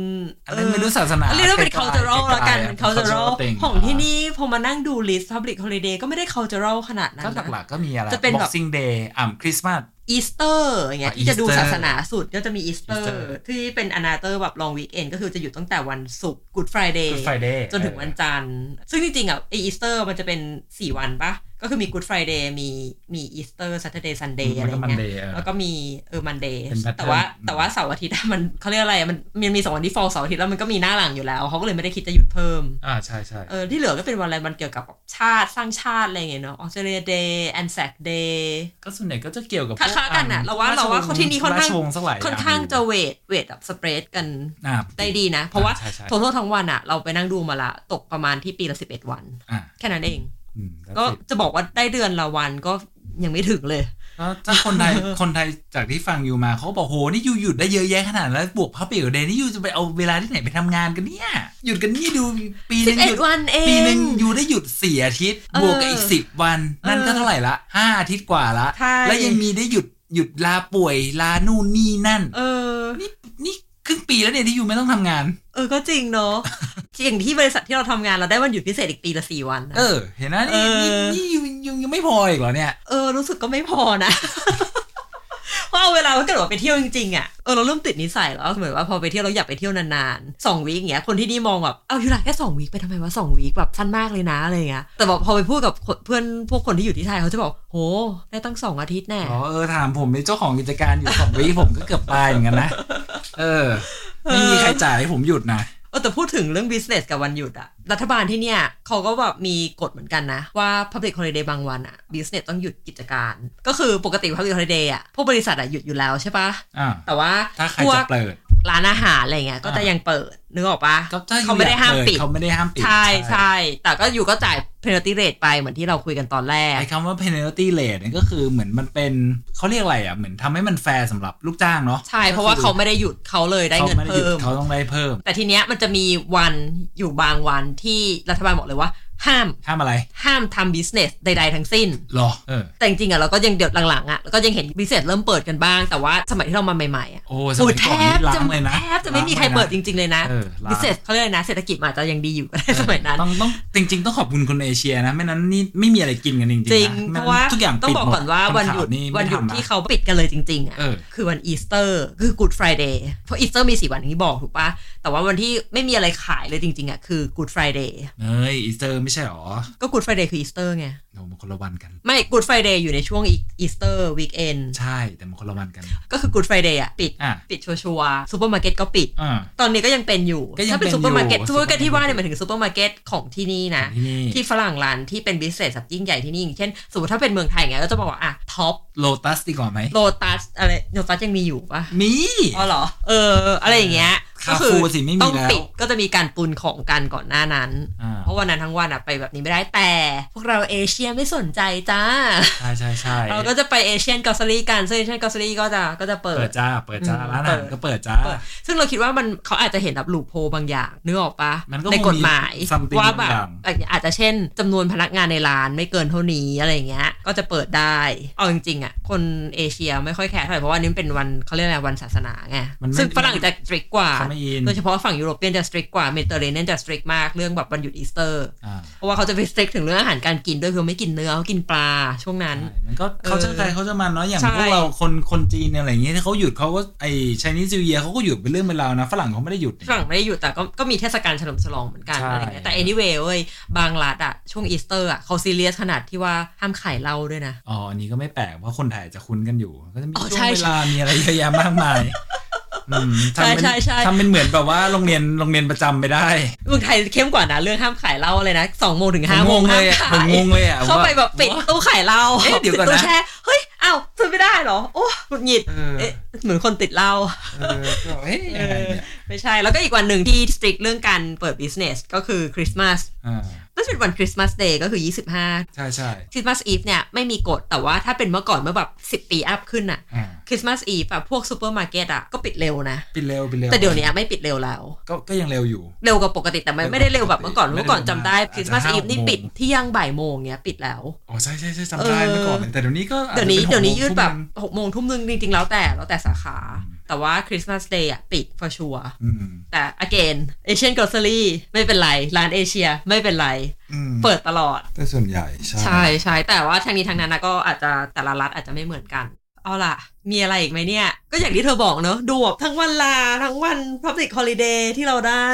Speaker 3: อันนั้น
Speaker 2: เ
Speaker 3: ไม่รู้ศาสนา
Speaker 2: เรียกว่าเป็น
Speaker 3: ไลๆ
Speaker 2: cultural ละกัน
Speaker 3: ไลๆอ่ะ
Speaker 2: cultural
Speaker 3: thing
Speaker 2: ของที่นี่พอมานั่งดู list public holiday ก็ไม่ได้ cultural ขนาดนั้น
Speaker 3: ก็
Speaker 2: นะ
Speaker 3: หลักๆก็มีอะไร
Speaker 2: จะเป็นแบบ
Speaker 3: Boxing Day อ่ะคริสต์มาส
Speaker 2: อีสเตอร์อย่างเงี้ย
Speaker 3: อ่ะ
Speaker 2: ที่จะดู
Speaker 3: Easter
Speaker 2: ศาสนาสุดก็จะมีอีสเตอร์
Speaker 3: Easter
Speaker 2: ที่เป็นอนาเตอร์แบบ long weekend ก็คือจะอยู่ตั้งแต่วันศุกร์ good friday
Speaker 3: Good Friday
Speaker 2: จนถึงวันจันทร์ ซึ่งจริงๆอ่ะไออีสเตอร์มันจะเป็น 4 วันปะก็คือมี good friday มีมีอีสเตอร์ saturday sunday
Speaker 3: อืม
Speaker 2: อะไร
Speaker 3: มันก็
Speaker 2: เงี้ย
Speaker 3: Monday เออ
Speaker 2: แล้วก็มีเออ monday
Speaker 3: เป็น pattern
Speaker 2: แต่ว่า
Speaker 3: อืม
Speaker 2: แต่ว่าเสาร์อาทิตย์อะมันเขาเรียกอะไรอะมันมันมีสองวันที่ fall เสาร์อาทิตย์แล้วมันก็มีหน้าหลังอยู่แล้วเขาก็เลยไม่ได้คิดจะหยุดเพิ่ม
Speaker 3: อ่าใช่ใช่
Speaker 2: เออที่เหลือก็เป็นวันอะไรมันเกี่ยวกับแบบชาติสร้างชาติอะไรอย่างเงี้ยเนาะออสเตรเลียเดย์แอนแซกเดย์
Speaker 3: ก็ส่วนใหญ่ก็จะเกี่ยวกับ
Speaker 2: คล้ายๆกันน่ะเราว่าเราว่าคนที่นี่ค่อนข้าง
Speaker 3: รชวงศ์สักหลยย่
Speaker 2: ค่อนข้างจะ
Speaker 3: ยู่
Speaker 2: เวทเวทแบบสเปรดกัน
Speaker 3: อ่า
Speaker 2: ได้ดีนะ เพราะว่า
Speaker 3: ใช่ใช่
Speaker 2: ทั้งทั้งวันอะเราไปนั่งดูมาละ ตกประมาณที่ปีละ 11 วัน
Speaker 3: อ่า
Speaker 2: แค่นั้นเอง
Speaker 3: อืม that's
Speaker 2: ก็
Speaker 3: it
Speaker 2: จะบอกว่าได้เดือนละวันก็ยังไม่ถึงเลย
Speaker 3: แล้วถ้าคนไท ย คนไทยจากที่ฟังอยู่มาเขาบอกโหนี่อยู่หยุดได้เยอะแยะขนาดนั้นแล้วบวกพับปีกเดย์นี่อยู่จะไปเอาเวลาที่ไหนไปทำงานกันเนี่ย หยุดกันนี่ดูปีหนึงหยุด
Speaker 2: 11 วันเอ
Speaker 3: ปีหนึ
Speaker 2: ง
Speaker 3: งอยู่ได้หยุดสี่อาทิตย์
Speaker 2: เออบ
Speaker 3: วกกับอีกสิบวัน นั่นก็เท่าไหร่ละห้าอาทิตย์กว่าละ
Speaker 2: ใช่
Speaker 3: แล้วยังมีได้หยุดหยุดลาป่วยลานู่นนี่นั่น
Speaker 2: เออ
Speaker 3: นี่นี่ครึ่งปีแล้วเนี่ยที่อยู่ไม่ต้องทำงาน
Speaker 2: เออก็จริงเนาะ อย่างที่บริษัทที่เราทำงานเราได้วันหยุดพิเศษอีกปีละสี่วันนะ
Speaker 3: เออ เห็นนะนี่
Speaker 2: เออ
Speaker 3: นี่นี่ยังยังยังไม่พออีกเหรอเนี่ย
Speaker 2: เออรู้สึกก็ไม่พอนะ เพราะเอาเวลาถ้าเกิดว่าไปเที่ยวจริงๆอ่ะเออเราเริ่มติดนิสัยแล้วเหมือนว่าพอไปเที่ยวเราอยากไปเที่ยวนานๆสองวีคอย่างเงี้ยคนที่นี่มองแบบเอาอยู่ละแค่สองวีคไปทำไมวะสองวีคแบบสั้นมากเลยนะอะไรอย่างเงี้ยแต่แบบพอไปพูดกับคนเพื่อนพวกคนที่อยู่ที่ไทยเขาจะบอกโหได้ตั้งสองอาทิตย์แน่
Speaker 3: อ๋อเออถามผมเป็นเจ้าของกิจการอยู่ส องวีผมก็เกือบตายเหมือนกันนะ เออ ไม่มีใครจ่ายให้ผมหยุดนะ
Speaker 2: เออแต่พูดถึงเรื่อง business กับวันหยุดอ่ะรัฐบาลที่เนี่ยเขาก็แบบมีกฎเหมือนกันนะ ว่า public holiday บางวันอ่ะ business ต้องหยุดกิจการ ก็คือปกติ public holiday อ่ะพวกบริษัทอ่ะหยุดอยู่แล้วใช่ปะ
Speaker 3: อ่า
Speaker 2: แต่ว่า
Speaker 3: ถ้าใคร
Speaker 2: พว
Speaker 3: จะ
Speaker 2: ก
Speaker 3: เปิด
Speaker 2: ร้านอาหารอะไรเงี้ยก็จะยังเปิดนึกออกปะ
Speaker 3: ก็ถ้อยู่
Speaker 2: เขาไม่ได้ห้าม
Speaker 3: อยก
Speaker 2: ปิด
Speaker 3: เเขาไม่ได้ห้ามปิด
Speaker 2: ใช่ใช่แต่ก็อยู่ก็จ่าย penalty rate ไปเหมือนที่เราคุยกันตอนแรก
Speaker 3: ไอ้คำว่า penalty rate เนี่ยก็คือเหมือนมันเป็นเขาเรียกอะไรอ่ะ เหมือนทำให้มันแฟร์สำหรับลูกจ้างเนาะ
Speaker 2: ใช่ เพราะว่าเขาไม่ได้หยุดเขาเลยได้
Speaker 3: เขา
Speaker 2: เงิน
Speaker 3: ไม่ได้หยุด
Speaker 2: เพิ่ม
Speaker 3: เขาต้องได้เพิ่ม
Speaker 2: แต่ทีเนี้ยมันจะมีวันอยู่บางวันที่รัฐบาลบอกเลยว่า ห้าม
Speaker 3: ห้ามอะไร
Speaker 2: ห้ามทำ business ใด ๆ ทั้งสิ้น
Speaker 3: หรอเออ
Speaker 2: แต่จริงๆอ่ะเราก็ยังเดี๋ยวหลังๆอ่ะเราก็ยังเห็น business เริ่มเปิดกันบ้าง แต่ว่าสมัยที่เรามาใหม่ๆอ่ะ
Speaker 3: โอ้สมัย
Speaker 2: แท
Speaker 3: ก่อนนี่
Speaker 2: บ
Speaker 3: ล้า
Speaker 2: จะ
Speaker 3: งเลยนะ
Speaker 2: แทบจะไม่มีใครเปิดจริง ๆเลยนะ
Speaker 3: เออล้าง
Speaker 2: business เขาเรียกอะไรนะเศรษฐกิจมันอาจจะยังดีอยู่ก็ได้สมัยนั้น
Speaker 3: ต้องต้องจริง ๆ ต้องขอบคุณคนเอเชียนะ ไม่นั้นนี่ไม่มีอะไรกินกันจริงๆนะ
Speaker 2: จริง เพ
Speaker 3: ไม่
Speaker 2: ราะว่า
Speaker 3: ทุกอย่าง
Speaker 2: ต้อง
Speaker 3: ปิด
Speaker 2: บอกก่อนว่า
Speaker 3: ค
Speaker 2: วันหยุด
Speaker 3: ข่นี่ไม่
Speaker 2: วันหยุด
Speaker 3: ำนะ
Speaker 2: ที่เขาปิดกันเลยจริงๆอ่ะ
Speaker 3: เออ
Speaker 2: คือวันอีสเตอร์คือ Good Friday เพราะอีสเตอร์มีสี่วันอย่างที่บอกถูกปะแต่ว่าวันที่ไม่มีอะไรขายเลยจริงๆอ่ะคือ Good Friday
Speaker 3: เอ้ยอีสเตอร์ไม่ ใช่หรอ
Speaker 2: ก็กูดไฟเดย์คืออีสเตอร์ไง
Speaker 3: โนมันคนละวันกัน
Speaker 2: ไม่กูดไฟเดย์อยู่ในช่วงอีสเตอร์วีคเอน
Speaker 3: ใช่แต่มันคนละวันกัน
Speaker 2: ก็คือกูดไฟเดย์อ่ะปิด
Speaker 3: อ่ะ
Speaker 2: ปิดชัวร์ๆซูเปอร์มาร์เก็ตก็ปิด
Speaker 3: อ่า
Speaker 2: ตอนนี้ก็ยังเป็นอยู่
Speaker 3: ก็ยัง
Speaker 2: ถ้าเป็น
Speaker 3: เป็น
Speaker 2: ซูเปอร์มาร์เก็ต
Speaker 3: อยู่
Speaker 2: ซูเปอร์มาร์เก็ตที่ว่าเนี่ยหมายถึงซูเปอร์มาร์เก็ตของที่นี่นะ
Speaker 3: ที่นี่
Speaker 2: ที่ฝรั่งร้านที่เป็นบิสเนสแบบยิ่งใหญ่ที่นี่อย่างเช่น สมมติถ้าเป็นเมืองไทยอย่างเงี้ยก็จะบอกว่าอ่ะท็อป
Speaker 3: โลตัสดีกว่าไหม
Speaker 2: โลตัสอะไรโลตัสยังมีอยู่ปะ
Speaker 3: มี
Speaker 2: อ๋อเหรอ เออ อะไรอย่างเงี้ย
Speaker 3: คา
Speaker 2: ก็
Speaker 3: ฟูสิไม่มี
Speaker 2: ต้อง
Speaker 3: แล้ว
Speaker 2: ปิดก็จะมีการตุนของกันก่อนหน้านั้น
Speaker 3: อ่า
Speaker 2: เพราะวันนั้นทั้งวันอะไปแบบนี้ไม่ได้แต่ พวกเราเอเชียไม่สนใจจ้า
Speaker 3: ใช่ใช่ใช่
Speaker 2: เราก็จะไปเอเชียนกอสลีกันซึ่งเอเชียนกอสลีก็จะก็จะเปิ
Speaker 3: เปิ
Speaker 2: ด
Speaker 3: ดจ้า เปิดจ้า
Speaker 2: อืม
Speaker 3: ร้านอาหาร
Speaker 2: เปิด
Speaker 3: ก็เปิดจ้า
Speaker 2: เปิดซึ่งเราคิดว่ามันเขาอาจจะเห็นแบบหลูโพบางอย่างนึกออกปะ
Speaker 3: มันก็
Speaker 2: ในกฎหมาย
Speaker 3: คงมี something
Speaker 2: ว่าแบบ
Speaker 3: บางอย่าง
Speaker 2: อาจจะเช่นจำนวนพนักงานในร้านไม่เกินเท่านี้อะไรอย่างเงี้ย ก็จะเปิดได้ เอาจริงๆอ่ะคนเอเชียไม่ค่อยแคร์เท่าไหร่เพราะว่านี่มันเป็นวันเขาเรียกอะไรวันศาสนาไง
Speaker 3: มันไม่
Speaker 2: ซึ่งฝรั่งจะสตริกกว่า
Speaker 3: เขาไม่อิน
Speaker 2: โดยเฉพาะฝั่งยุโรปเปียนจะสตริกกว่าเมดิเตอร์เรเนียนจะสตริกมากเรื่องแบบวันหยุดอีสเตอร์
Speaker 3: อ่า
Speaker 2: เพราะว่าเขาจะไปสตริกถึงเรื่องอาหารการกินด้วยคือไม่กินเนื้อเขากินปลาช่วงนั้น
Speaker 3: ใช่มันก็เขาจะใครเขาจะมาเนาะอย่าง
Speaker 2: ใช่
Speaker 3: พวกเราคนคนจีนอะไรอย่างเงี้ยถ้าเขาหยุดเขาก็ไอชนีซิวเยียเขาก็หยุดเป็นเรื่องเป็นราวนะฝรั่งเขาไม่ได้หยุดนี่
Speaker 2: ฝรั่งไม่ได้หยุดแต่ก็ก็มีเทศกาลเฉลิมฉลองเหมือนกัน
Speaker 3: ใช่
Speaker 2: อะไรเงี้ยแต่ anyway เว้ยบางรัฐอะช่วงอีสเตอร์อะเขาซีเรียสขนาดที่ว่าห้ามขายเหล้าด้วยนะ
Speaker 3: อ๋ออันนี้ก็ไม่แปลกเพราะคนไทยจะคุ้นกันอยู่ ก็จะมี
Speaker 2: อ๋อ
Speaker 3: ช่
Speaker 2: ใช่
Speaker 3: วงเวลา มีอะไรเยอะแยะมากมายอืมทำเป็น
Speaker 2: ใช่ใช่ใช่
Speaker 3: ทำเป็นเหมือนแบบว่าโรงเรียนโรงเรียนประจำไปได้
Speaker 2: เมืองไทยเข้มกว่านะเรื่องห้ามขายเหล้าเลยนะสองโมงถึงห้า
Speaker 3: ผม
Speaker 2: โมง
Speaker 3: งงเล
Speaker 2: ห้าม
Speaker 3: ยอะผม
Speaker 2: ขาย
Speaker 3: งงเลยอะ
Speaker 2: เขาไปแบบปิด
Speaker 3: ว่า
Speaker 2: ตู้ขายเหล้า
Speaker 3: เอ๊ะเดี๋ยวก่อน
Speaker 2: ปิ
Speaker 3: นะ
Speaker 2: ตู้แช่เฮ้ยอ้าวซื้อไม่ได้เหรอโอ้หงุดหงิด
Speaker 3: เออ
Speaker 2: เอ๊ะเหมือนคนติดเหล้า
Speaker 3: เออก็เอ๊ะยังไงเนี่ย
Speaker 2: ไม่ใช่ แล้วก็อีกวันหนึ่งที่สตริกเรื่องการเปิดบิสเนสก็คือคริสต์มาส
Speaker 3: อ่า
Speaker 2: นั่นเป็นวันคริสต์มาสเดย์ก็คือ 25
Speaker 3: ใช่ใช่
Speaker 2: คริสต์มาสอีฟเนี่ยไม่มีกฎแต่ว่าถ้าเป็นเมื่อก่อนเมื่อแบบ10ปีอัพขึ้นอะ
Speaker 3: อ่า
Speaker 2: คริสต์มาสอีฟอะพวกซูเปอร์มาร์เก็ตอะก็ปิดเร็วนะ
Speaker 3: ปิดเร็วปิดเร็ว
Speaker 2: แต่เดี๋ยวนี้ไม่ปิดเร็วแล้ว
Speaker 3: ก็ก็ยังเร็วอยู่
Speaker 2: เร็วกว่าปกติแต่ไม่ไม่ได้เร็วแบบเมื่อก่อน
Speaker 3: ไม่ได้
Speaker 2: เมื่อก่อนจำได้
Speaker 3: อาจจะ
Speaker 2: คริสต์มาส
Speaker 3: ห้า
Speaker 2: อีฟนี่
Speaker 3: หกโมง
Speaker 2: ปิดเที่ยงบ่ายโมงเนี้ยปิดแล้ว
Speaker 3: อ๋อใช่ใช่ใช่จำได้
Speaker 2: เออ
Speaker 3: เมื่อก่อนแต่เดี๋ยวนี้ก็อาจ
Speaker 2: เดี๋
Speaker 3: จะ
Speaker 2: ยวนี้เดี๋ยวนี้
Speaker 3: ป็หกโมง
Speaker 2: ยืดแบบ
Speaker 3: ทุ่มนึง
Speaker 2: หกโมงทุ่มนึงจริงๆแล้วแต่แล้วแต่สาขา แต่ว่าคริสต์มาสเดย์อะปิด for sure
Speaker 3: อืม
Speaker 2: แต่ again เอเชียนก o เซอรี่ไม่เป็นไร ร้านเอเชียไม่เป็นไร
Speaker 3: อืม
Speaker 2: เปิดตลอด
Speaker 3: แต่ส่วนใหญ่ใช่
Speaker 2: ใช่ใช่แต่ว่าทางนี้ทางนั้นนะก็อาจจะแต่ละรัฐอาจจะไม่เหมือนกัน เอาล่ะ มีอะไรอีกไหมเนี่ย ก็อย่างที่เธอบอกเนอะดูแบบทั้งวันลา ทั้งวัน Public Holiday ที่เราได้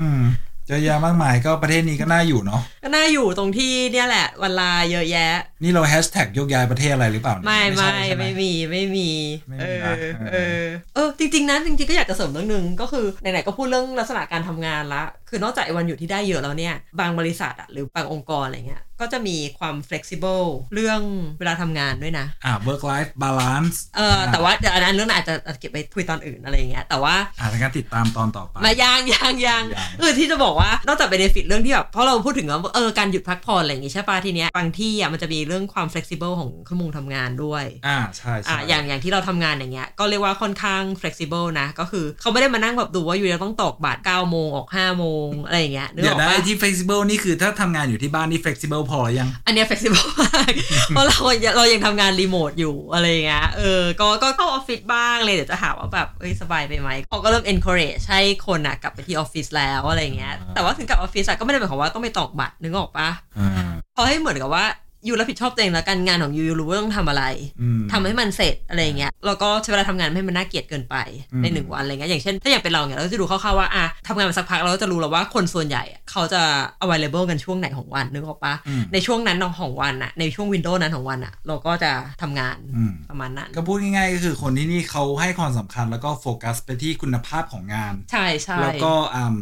Speaker 3: อืมเยอะแยะมากมายก็ประเทศนี้ก็น่าอยู่เนาะ
Speaker 2: ก็น่าอยู่ตรงที่เนี่ยแหละ วันลาเยอะแยะ
Speaker 3: นี่เราแฮชแท็กยกย้ายประเทศอะไรหรือเปล่าเนี่ย
Speaker 2: ไม่
Speaker 3: ใช่
Speaker 2: ไม่
Speaker 3: ใช่ห
Speaker 2: ไม่มีไม่มี
Speaker 3: ไม่
Speaker 2: เอ
Speaker 3: มี
Speaker 2: อ
Speaker 3: นะ
Speaker 2: เอ
Speaker 3: เอ
Speaker 2: อ
Speaker 3: อ
Speaker 2: เออจริง ๆนะจริงๆก็อยากจะเสริมเรื่องหนึงก็คือไหนๆก็พูดเรื่องลักษณะการทำงานละ คือนอกจากไอ้วันหยุดที่ได้เยอะแล้วเนี่ย บางบริษัทอะหรือบางองค์กรอะไรเงี้ยก็จะมีความ flexible เรื่องเวลาทำงานด้วยนะ
Speaker 3: อ่า work life balance
Speaker 2: เออแต่ว่าเดี๋ยวอันนั้นเรื่องนั้นอาจจะอาจจะเก็บไปคุยตอนอื่นอะไรอย่างเงี้ยแต่ว่า
Speaker 3: อ่าทางการติดตามตอนต่อไป
Speaker 2: มายังยังยัง
Speaker 3: ยัง
Speaker 2: เออที่จะบอกว่านอกจากเบนฟิตเรื่องที่แบบเพราะเราพูดถึงว่าเออการหยุดพักผ่อนอะไรอย่างงี้ใช่ปะทีเนี้ยบางที่อ่ะมันจะมีเรื่องความ flexible ของขมงทำงานด้วย
Speaker 3: อ่าใช่
Speaker 2: อ่ะ
Speaker 3: ใช่
Speaker 2: อย่างอย่างที่เราทำงานอย่างเงี้ยก็เรียกว่าค่อนข้าง flexible นะ ก็คือเขาไม่ได้มานั่งแบบดูว่าอยู่จะต้องตอกบาท9โมงออก5โมงอะไรอย่างเงี้ยนึก
Speaker 3: เดี๋
Speaker 2: อ
Speaker 3: ย
Speaker 2: อ
Speaker 3: ว
Speaker 2: ก
Speaker 3: นะ
Speaker 2: ปะ
Speaker 3: ไอ้ที่ flexible นี่คือถ้าทำงานอยู่ที่บ้านนี่ flexible พอหรือยัง
Speaker 2: อันเนี้ย flexible มาก เพราะเราเรายังทำงานรีโมทอยู่อะไรอย่างเงี้ยเออก็ก็เข้าออฟฟิศบ้างเลยเดี๋ยวจะหาว่าแบบเอ้ยสบายไปไหมเขาก็เริ่ม encourage ให้คนอ่ะกลับไปที่ออฟฟิศแล้วอะไรอย่างเงี้ย
Speaker 3: อ่า
Speaker 2: แต่ว่าถึงกลับออฟฟิศอะก็ไม่ได้หมายความว่าต้องไปตอกบัตรนึกออกปะ
Speaker 3: อ่า
Speaker 2: เพราะให้เหมือนกับว่าอยู่รับผิดชอบตัวเองแล้วกันงานของยูยูรู้ว่าต้องทำอะไร
Speaker 3: อืม
Speaker 2: ทำให้มันเสร็จอะไรอย่างเงี้ยแล้วก็ใช้เวลาทำงานไม่ให้มันน่าเกลียดเกินไป
Speaker 3: อืม
Speaker 2: ในหนึ่งวันอะไรเงี้ยอย่างเช่นถ้าอย่างเป็นเราเนี่ยเราก็จะดูคร่าวๆว่าอ่ะทำงานมาสักพักเราก็จะรู้แล้วว่าคนส่วนใหญ่อะเขาจะ available กันช่วงไหนของวันนึกออกปะ
Speaker 3: อืม
Speaker 2: ในช่วงนั้นของวันอะในช่วงวินโดว์นั้นของวันอะเราก็จะทำงาน
Speaker 3: อืม
Speaker 2: ประมาณนั้น
Speaker 3: ก็พูดง่ายๆก็คือคนที่นี่เขาให้ความสำคัญแล้วก็โฟกัสไปที่คุณภาพของงาน
Speaker 2: ใช่ใช่
Speaker 3: แล้วก็อืม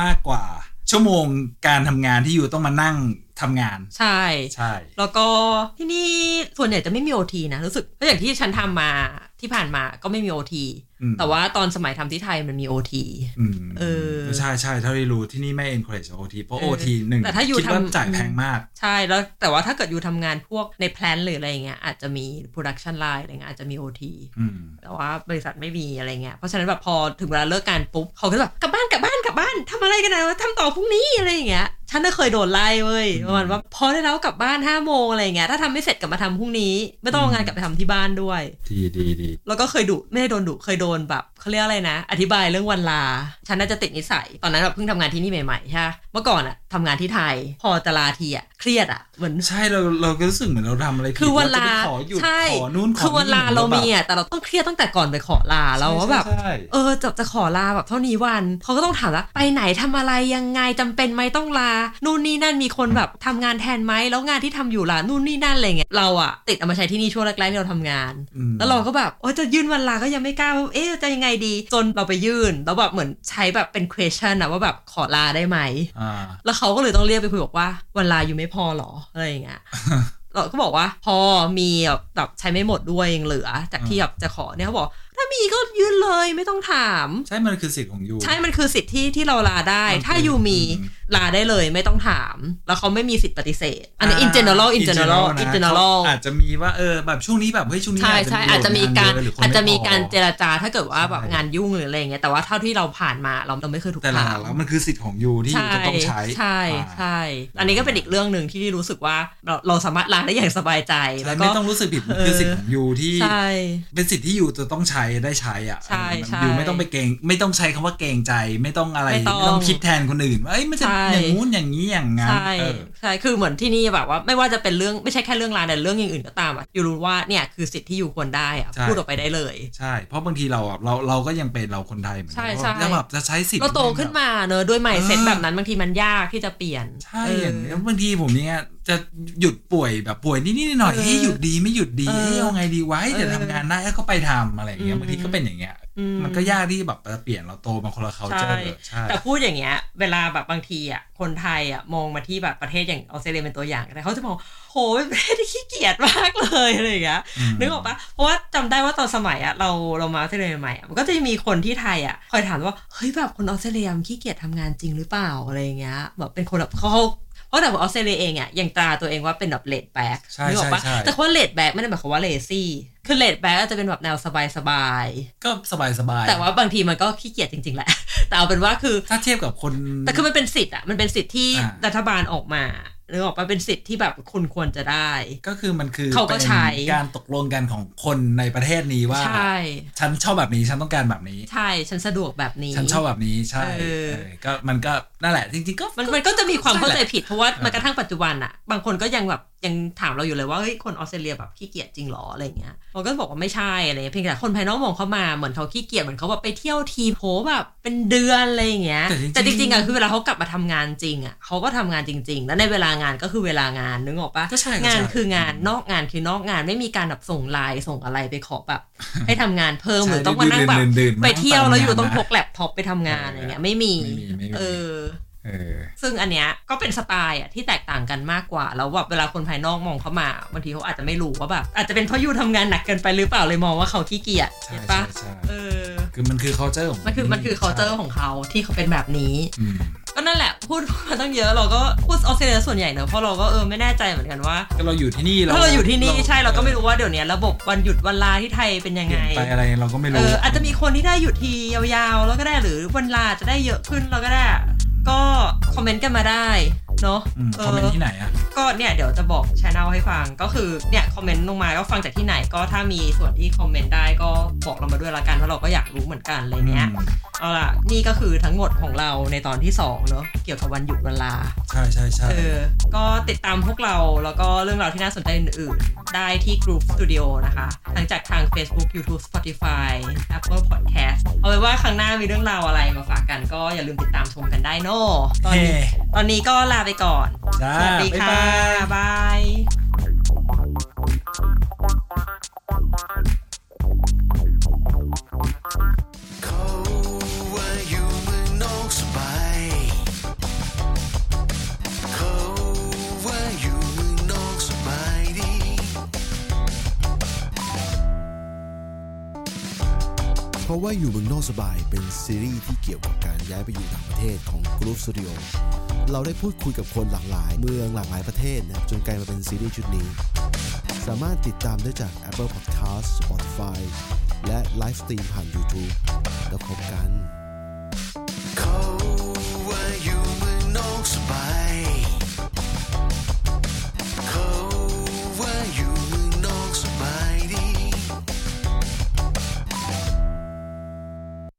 Speaker 3: มากกว่า ชั่วโมงการทำงานที่อยู่ต้องมานั่งทำงาน
Speaker 2: ใช่
Speaker 3: ใช่
Speaker 2: แล้วก็ที่นี่ส่วนใหญ่จะไม่มีโอทีนะรู้สึกเพราะอย่างที่ฉันทำมาที่ผ่านมาก็ไม่มีโอที
Speaker 3: อืม
Speaker 2: แต่ว่าตอนสมัยทำที่ไทยมันมีโอที
Speaker 3: อืม
Speaker 2: เออ
Speaker 3: ใช่ใช่เท่าที่รู้ที่นี่ไม่ encourage OT เพราะ
Speaker 2: เออ
Speaker 3: OT หนึ่ง
Speaker 2: แต่ถ้าอยู่
Speaker 3: คิดว่า
Speaker 2: ทำ
Speaker 3: จ่ายแพงมาก
Speaker 2: ใช่ แล้วแต่ว่าถ้าเกิดอยู่ทำงานพวกในแพลนหรืออะไรอย่างเงี้ยอาจจะมีโปรดักชันไลน์อะไรเงี้ยอาจจะมี OT
Speaker 3: อืม
Speaker 2: แต่ว่าบริษัทไม่มีอะไรเงี้ยเพราะฉะนั้นแบบพอถึงเวลาเลิกงานปุ๊บเขาก็จะแบบกลับบ้านกลับบ้านกลับบ้านทำอะไรกันนะทำต่อพรุ่งนี้อะไรอย่างเงี้ยฉันน่ะเคยโดนไล่เว้ย
Speaker 3: อืม
Speaker 2: ประมาณว่าพ พอได้แล้วกลับบ้านห้าโมงอะไรอย่างเงี้ยถ้าทำไม่เสร็จกลับมาทำพรุ่งนี้ ไม่ต้องเอางานกลับไปทำที่บ้านด้วย
Speaker 3: ดีดีดี
Speaker 2: แล้วก็เคยดุไม่ได้โดนดุเคยโดนแบบเขาเรียกอะไรนะ อธิบายเรื่องวันลา ฉันน่าจะติดนิสัย ตอนนั้นแบบเพิ่งทำงานที่นี่ใหม่ๆใช่ปะเมื่อก่อนอะทำงานที่ไทย พอจะลาทีอะเครียดอะเหมือน
Speaker 3: ใช่เราเราก็รู้สึกเหมือนเราทำอะไรผิด
Speaker 2: คือวันลา
Speaker 3: เรจะไปขอหยุด
Speaker 2: ใช่
Speaker 3: ขอนู่นขอนี่
Speaker 2: คือวันลาเรามีอะแต่เราต้องเครียดตั้งแต่ก่อนไปขอลาเราว่าแบบ
Speaker 3: ใช่ใช่
Speaker 2: เออจะจะขอลาแบบเท่านี้วันเขาก็ต้องถามว่าไปไหนทำอะไรยังไงจำเป็นไหมต้องลา นู่นนี่นั่นมีคนแบบทำงานแทนไหมแล้วงานที่ทำอยู่ล่ะนู่นนี่นั่นอะไรเงี้ยเราอะติดเอามาใช้ที่นี่ช่วงแรกๆที่เราทำงาน
Speaker 3: อืม
Speaker 2: แล้วเราก็แบบโอ้จะยื่นวันลา ก็ยังไม่กล้าว่าเอ๊ะจะยังไงดี จนเราไปยื่น แล้วแบบเหมือนใช้แบบเป็น question อะว่าแบบขอลาได้ไหม
Speaker 3: อ่า
Speaker 2: แล้วเขาก็เลยต้องเรียกไปคุยบอกว่าวันลาอยู่ไม่พอหรออะไรอย่างเงี้ย เราก็บอกว่าพอมีแบบแบบใช้ไม่หมดด้วยยังเหลือ จากที่แบบจะขอเนี่ยเขาบอก ถ้ามีก็ยื่นเลยไม่ต้องถาม
Speaker 3: ใช่มันคือสิทธิ์ของยู
Speaker 2: ใช่มันคือสิทธิ์ที่ที่เราลาได้
Speaker 3: มันคือ
Speaker 2: ถ้าอยู่มี
Speaker 3: อืม
Speaker 2: ลาได้เลยไม่ต้องถาม แล้วเขาไม่มีสิทธิ์ปฏิเสธ อันนี้ in general in general in
Speaker 3: นะ
Speaker 2: general
Speaker 3: อาจจะมีว่าเออแบบช่วงนี้แบบเฮ้ยช่วงนี้
Speaker 2: ใช่ใช่อาจจะมีการ
Speaker 3: งนเยหคน
Speaker 2: อาจจะมี
Speaker 3: ไพ
Speaker 2: การเจรจาถ้าเกิดว่าแบบ
Speaker 3: ใช่
Speaker 2: งานยุ่งหรืออะไรอย่างเงี้ยแต่ว่าเท่าที่เราผ่านมาเราเราไม่เคยถูก
Speaker 3: แต่หลั
Speaker 2: ถาม
Speaker 3: งๆแล้วมันคือสิทธิ์ของยูที่ยูจะต้องใช้
Speaker 2: ใช่
Speaker 3: อ่า
Speaker 2: ใช่ อันนี้ก็เป็นอีกเรื่องหนึ่งที่รู้สึกว่าเราเราสามารถลาได้อย่างสบายใจ
Speaker 3: ใช่
Speaker 2: แล้วก็
Speaker 3: ไม่ต้องรู้สึกผิดมันคือสิทธิ์ของยูที่
Speaker 2: ใช่
Speaker 3: เป็นสิทธิ์ที่ยูจะต้องใช้ได้ใช้อ่ะ
Speaker 2: ใช่ใช่
Speaker 3: ยูไม่ต้องไปเกรงไม่ต้องใช้คำว่าเกรงใจ ไม่ต้องอะไร
Speaker 2: ไม่ต้อง
Speaker 3: คิดแทนคนอื่นว่าเอ้ยมันจะ
Speaker 2: ใช่
Speaker 3: อย่างงู้นอย่างนี้อย่างงั้น
Speaker 2: ใช่
Speaker 3: เออ
Speaker 2: ใช่คือเหมือนที่นี่แบบว่าไม่ว่าจะเป็นเรื่องไม่ใช่แค่เรื่องลาแต่เรื่องอย่างอื่นก็ตามอ่ะอยู่รู้ว่าเนี่ยคือสิทธิ์ที่อยู่ควรได้อะ
Speaker 3: ใช่
Speaker 2: พูดออกไปได้เลย
Speaker 3: ใช่ เพราะบางทีเราอ่ะเราเราก็ยังเป็นเราคนไทยเหมือนกั
Speaker 2: ใช่
Speaker 3: น
Speaker 2: ใช่
Speaker 3: ว่าแล้วแบบจะใช้สิทธิ์
Speaker 2: เราโตขึ้นมาเนอะด้วยใหม่เซ็ต
Speaker 3: เออ
Speaker 2: แบบนั้นบางทีมันยากที่จะเปลี่ยน
Speaker 3: ใช่
Speaker 2: เออ
Speaker 3: อย่างเงี้ยบางทีผมเนี่ยจะหยุดป่วยแบบป่วยนิดๆหน่อยๆ
Speaker 2: เออ
Speaker 3: เฮ้ยหยุดดีไม่หยุดดี
Speaker 2: เออ
Speaker 3: เฮ้ยเอาไงดีไว้เดี๋ยว
Speaker 2: เออ
Speaker 3: ทำงานได้เอ้ยก็ไปทำอะไรอย่างเงี้ย
Speaker 2: อืม
Speaker 3: บางทีก็เป็นอย่างเงี้ย
Speaker 2: อืม
Speaker 3: มันก็ยากที่แบบจะเปลี่ยนเราโตมาคนละเขาเจอ
Speaker 2: ใช่
Speaker 3: ใช่
Speaker 2: แต่พูดอย่างเงี้ยเวลาแบบบางทีอ่ะคนไทยอ่ะมองมาที่แบบประเทศอย่างออสเตรเลียเป็นตัวอย่างแต่เขาจะมองโห เป็นประเทศที่ขี้เกียจมากเลยอะไรอย่างเงี้ย
Speaker 3: ม
Speaker 2: นึกออกปะเพราะว่าจำได้ว่าตอนสมัยอะเราเรามาออสเตรเลียใหม่ๆอะมันก็จะมีคนที่ไทยอะคอยถามว่าเฮ้ยแบบคนออสเตรเลียมันขี้เกียจทำงานจริงหรือเปล่าอะไรอย่างเงี้ยแบบเป็นคนแบบเขาเพราะแต่ว่าออสเตรเลียเองอะยังตราตัวเองว่าเป็นแบบเลดแบ็ก
Speaker 3: ใช่
Speaker 2: นึกออกปะ
Speaker 3: ใช่ใช่
Speaker 2: แต่คำว่าเลดแบ็กไม่ได้หมายความว่าเลซี่คือเลดแบ็กอาจจะเป็นแบบแนวสบาย
Speaker 3: ก็สบาย
Speaker 2: ๆ
Speaker 3: ๆ
Speaker 2: แต่ว่าบางทีมันก็ขี้เกียจจริงๆแหละ แต่เอาเป็นว่าคือ
Speaker 3: ถ้าเทียบกับคน
Speaker 2: แต่คือมันเป็นสิทธิ์อะมันเป็นสิทธิ์ที่
Speaker 3: อ่า
Speaker 2: รัฐบาลออกมานึกออกปะเป็นสิทธิ์ที่แบบคุณควรจะได้
Speaker 3: ก็คือมันคือ
Speaker 2: เขาก็ใช้
Speaker 3: เป็นการตกลงกันของคนในประเทศนี้ว่า
Speaker 2: ใช่
Speaker 3: ฉันชอบแบบนี้ฉันต้องการแบบนี้
Speaker 2: ใช่ฉันสะดวกแบบนี้
Speaker 3: ฉันชอบแบบนี้ใช่
Speaker 2: เออ
Speaker 3: เออก็มันก็นั่นแหละจริงๆก็
Speaker 2: มันมันก็จะมีความเข้าใจผิดเพราะว่า
Speaker 3: เออ
Speaker 2: มันกระทั่งปัจจุบันอะบางคนก็ยังแบบยังถามเราอยู่เลยว่าเฮ้ยคนออสเตรเลียแบบขี้เกียจจริงเหรออะไรเงี้ยเราก็บอกว่าไม่ใช่อะไรเงี้ยเพียงแต่คนภายนอกมองเขามาเหมือนเขาขี้เกียจเหมือนเขาแบบไปเที่ยวทีโพแบบเป็นเดือนอะไรอย่างเงี้ย
Speaker 3: แต่
Speaker 2: แต่
Speaker 3: จ
Speaker 2: จ
Speaker 3: ริงๆ
Speaker 2: ริงๆอะคือเวลาเขากลับมาทำงานจริงอะเขาก็ทำงานจริง ๆ แล้วในเวลางานก็คือเวลางานนึกออกปะ
Speaker 3: ก็ใช่ก็
Speaker 2: งา
Speaker 3: ใช่
Speaker 2: นคืองานนอกงานคือนอกงานไม่มีการแบบส่งไลน์ส่งอะไรไปขอ แบบ ให้ทำงานเพิ่มหรือต้องมานั่งแบบ
Speaker 3: ใช่ดื้อๆๆๆ
Speaker 2: ไปเที่ยวแล้วอยู่
Speaker 3: มา
Speaker 2: ต้องพ
Speaker 3: ทำงา
Speaker 2: ก
Speaker 3: นนะ
Speaker 2: แล็ปท็อปไปทำงานอะไรเงี้ยไม่มี
Speaker 3: ไม่มีไม่มี
Speaker 2: เออ
Speaker 3: เออ
Speaker 2: ซึ่งอันเนี้ยก็เป็นสไตล์อะที่แตกต่างกันมากกว่า แล้วแบบเวลาคนภายนอกมองเข้ามาบางทีเขาอาจจะไม่รู้ว่าแบบอาจจะเป็นเพราะอยู่ทำงานหนักเกินไปหรือเปล่าเลยมองว่าเขาขี้เกียจ
Speaker 3: ใช่
Speaker 2: เห็นปะ
Speaker 3: ใช่ใช่
Speaker 2: เออ
Speaker 3: คือมันคือ culture ของ
Speaker 2: มันคือมันคือ culture ของเขาที่เขาเป็นแบบนี้
Speaker 3: อืม
Speaker 2: ก็นั่นแหละพูดมาตั้งเยอะเราก็พูดออสเตรเลียส่วนใหญ่เนอะเพราะเราก็เออไม่แน่ใจเหมือนกันว่า
Speaker 3: ก็เราอยู่ที่นี่
Speaker 2: ถ้าเราอยู่ที่นี่ใช่เราก็ไม่รู้ว่าเดี๋ยวเนี้ยระบบวันหยุดวันลาที่ไทยเป็นยัง
Speaker 3: เป
Speaker 2: ไง
Speaker 3: ลี่ยนไปอะไรเราก็ไม่
Speaker 2: เอ
Speaker 3: รู้
Speaker 2: ออาจจะมีคนที่ได้หยุดทียาวๆ แล้วก็ได้หรือวันลาจะได้เยอะขึ้นเราก็ได้ ก็คอมเมนต์กันมาได้เนาะ
Speaker 3: ม
Speaker 2: เอ
Speaker 3: คอมเมน
Speaker 2: อ
Speaker 3: ต์ที่ไหนอ่ะ
Speaker 2: ก็เนี่ยเดี๋ยวจะบอกช anel ให้ฟังก็คือเนี่ยคอมเมนต์ลงมาก็ฟังจากที่ไหนก็ถ้ามีส่วนที่คอมเมนต์ได้ก็บอกเรามาด้วยละกันเพราะเราก็อยากรู้เหมือนกันอะไรเนี้ย
Speaker 3: อืม
Speaker 2: เอาล่ะนี่ก็คือทั้งหมดของเราในตอนที่สองเนาะเกี่ยวกับวันหยุดวันลา
Speaker 3: ใช่ใช่ใช่
Speaker 2: เออ ก็ติดตามพวกเราแล้วก็เรื่องราวที่น่าสนใจอื่นๆ ได้ที่ Group Studio นะคะ ทั้งจากทาง Facebook YouTube Spotify Apple Podcast เอาไว้ว่าครั้งหน้ามีเรื่องราวอะไรมาฝากกันก็อย่าลืมติดตามชมกันได้เนอะตอน
Speaker 3: เฮ้
Speaker 2: นี้ตอนนี้ก็ลาไปก่อน
Speaker 3: จ้า
Speaker 2: สวัสดี
Speaker 3: บ๊าย
Speaker 2: ค่ะ
Speaker 3: บาย
Speaker 2: บาย
Speaker 5: เขาว่าอยู่เมืองนอกสบายเขาว่าอยู่เมืองนอกสบายดี
Speaker 6: เพราะว่าอยู่เมืองนอกสบายเป็นซีรีส์ที่เกี่ยวกับการย้ายไปอยู่ต่างประเทศของ Group Studio เราได้พูดคุยกับคนหลากหลาย เมืองหลากหลายประเทศนะครับจนกลายมาเป็นซีรีส์ชุดนี้ สามารถติดตามได้จาก Apple Podcast Spotify และไลฟ์สตรีมผ่าน YouTube แล้วพบกัน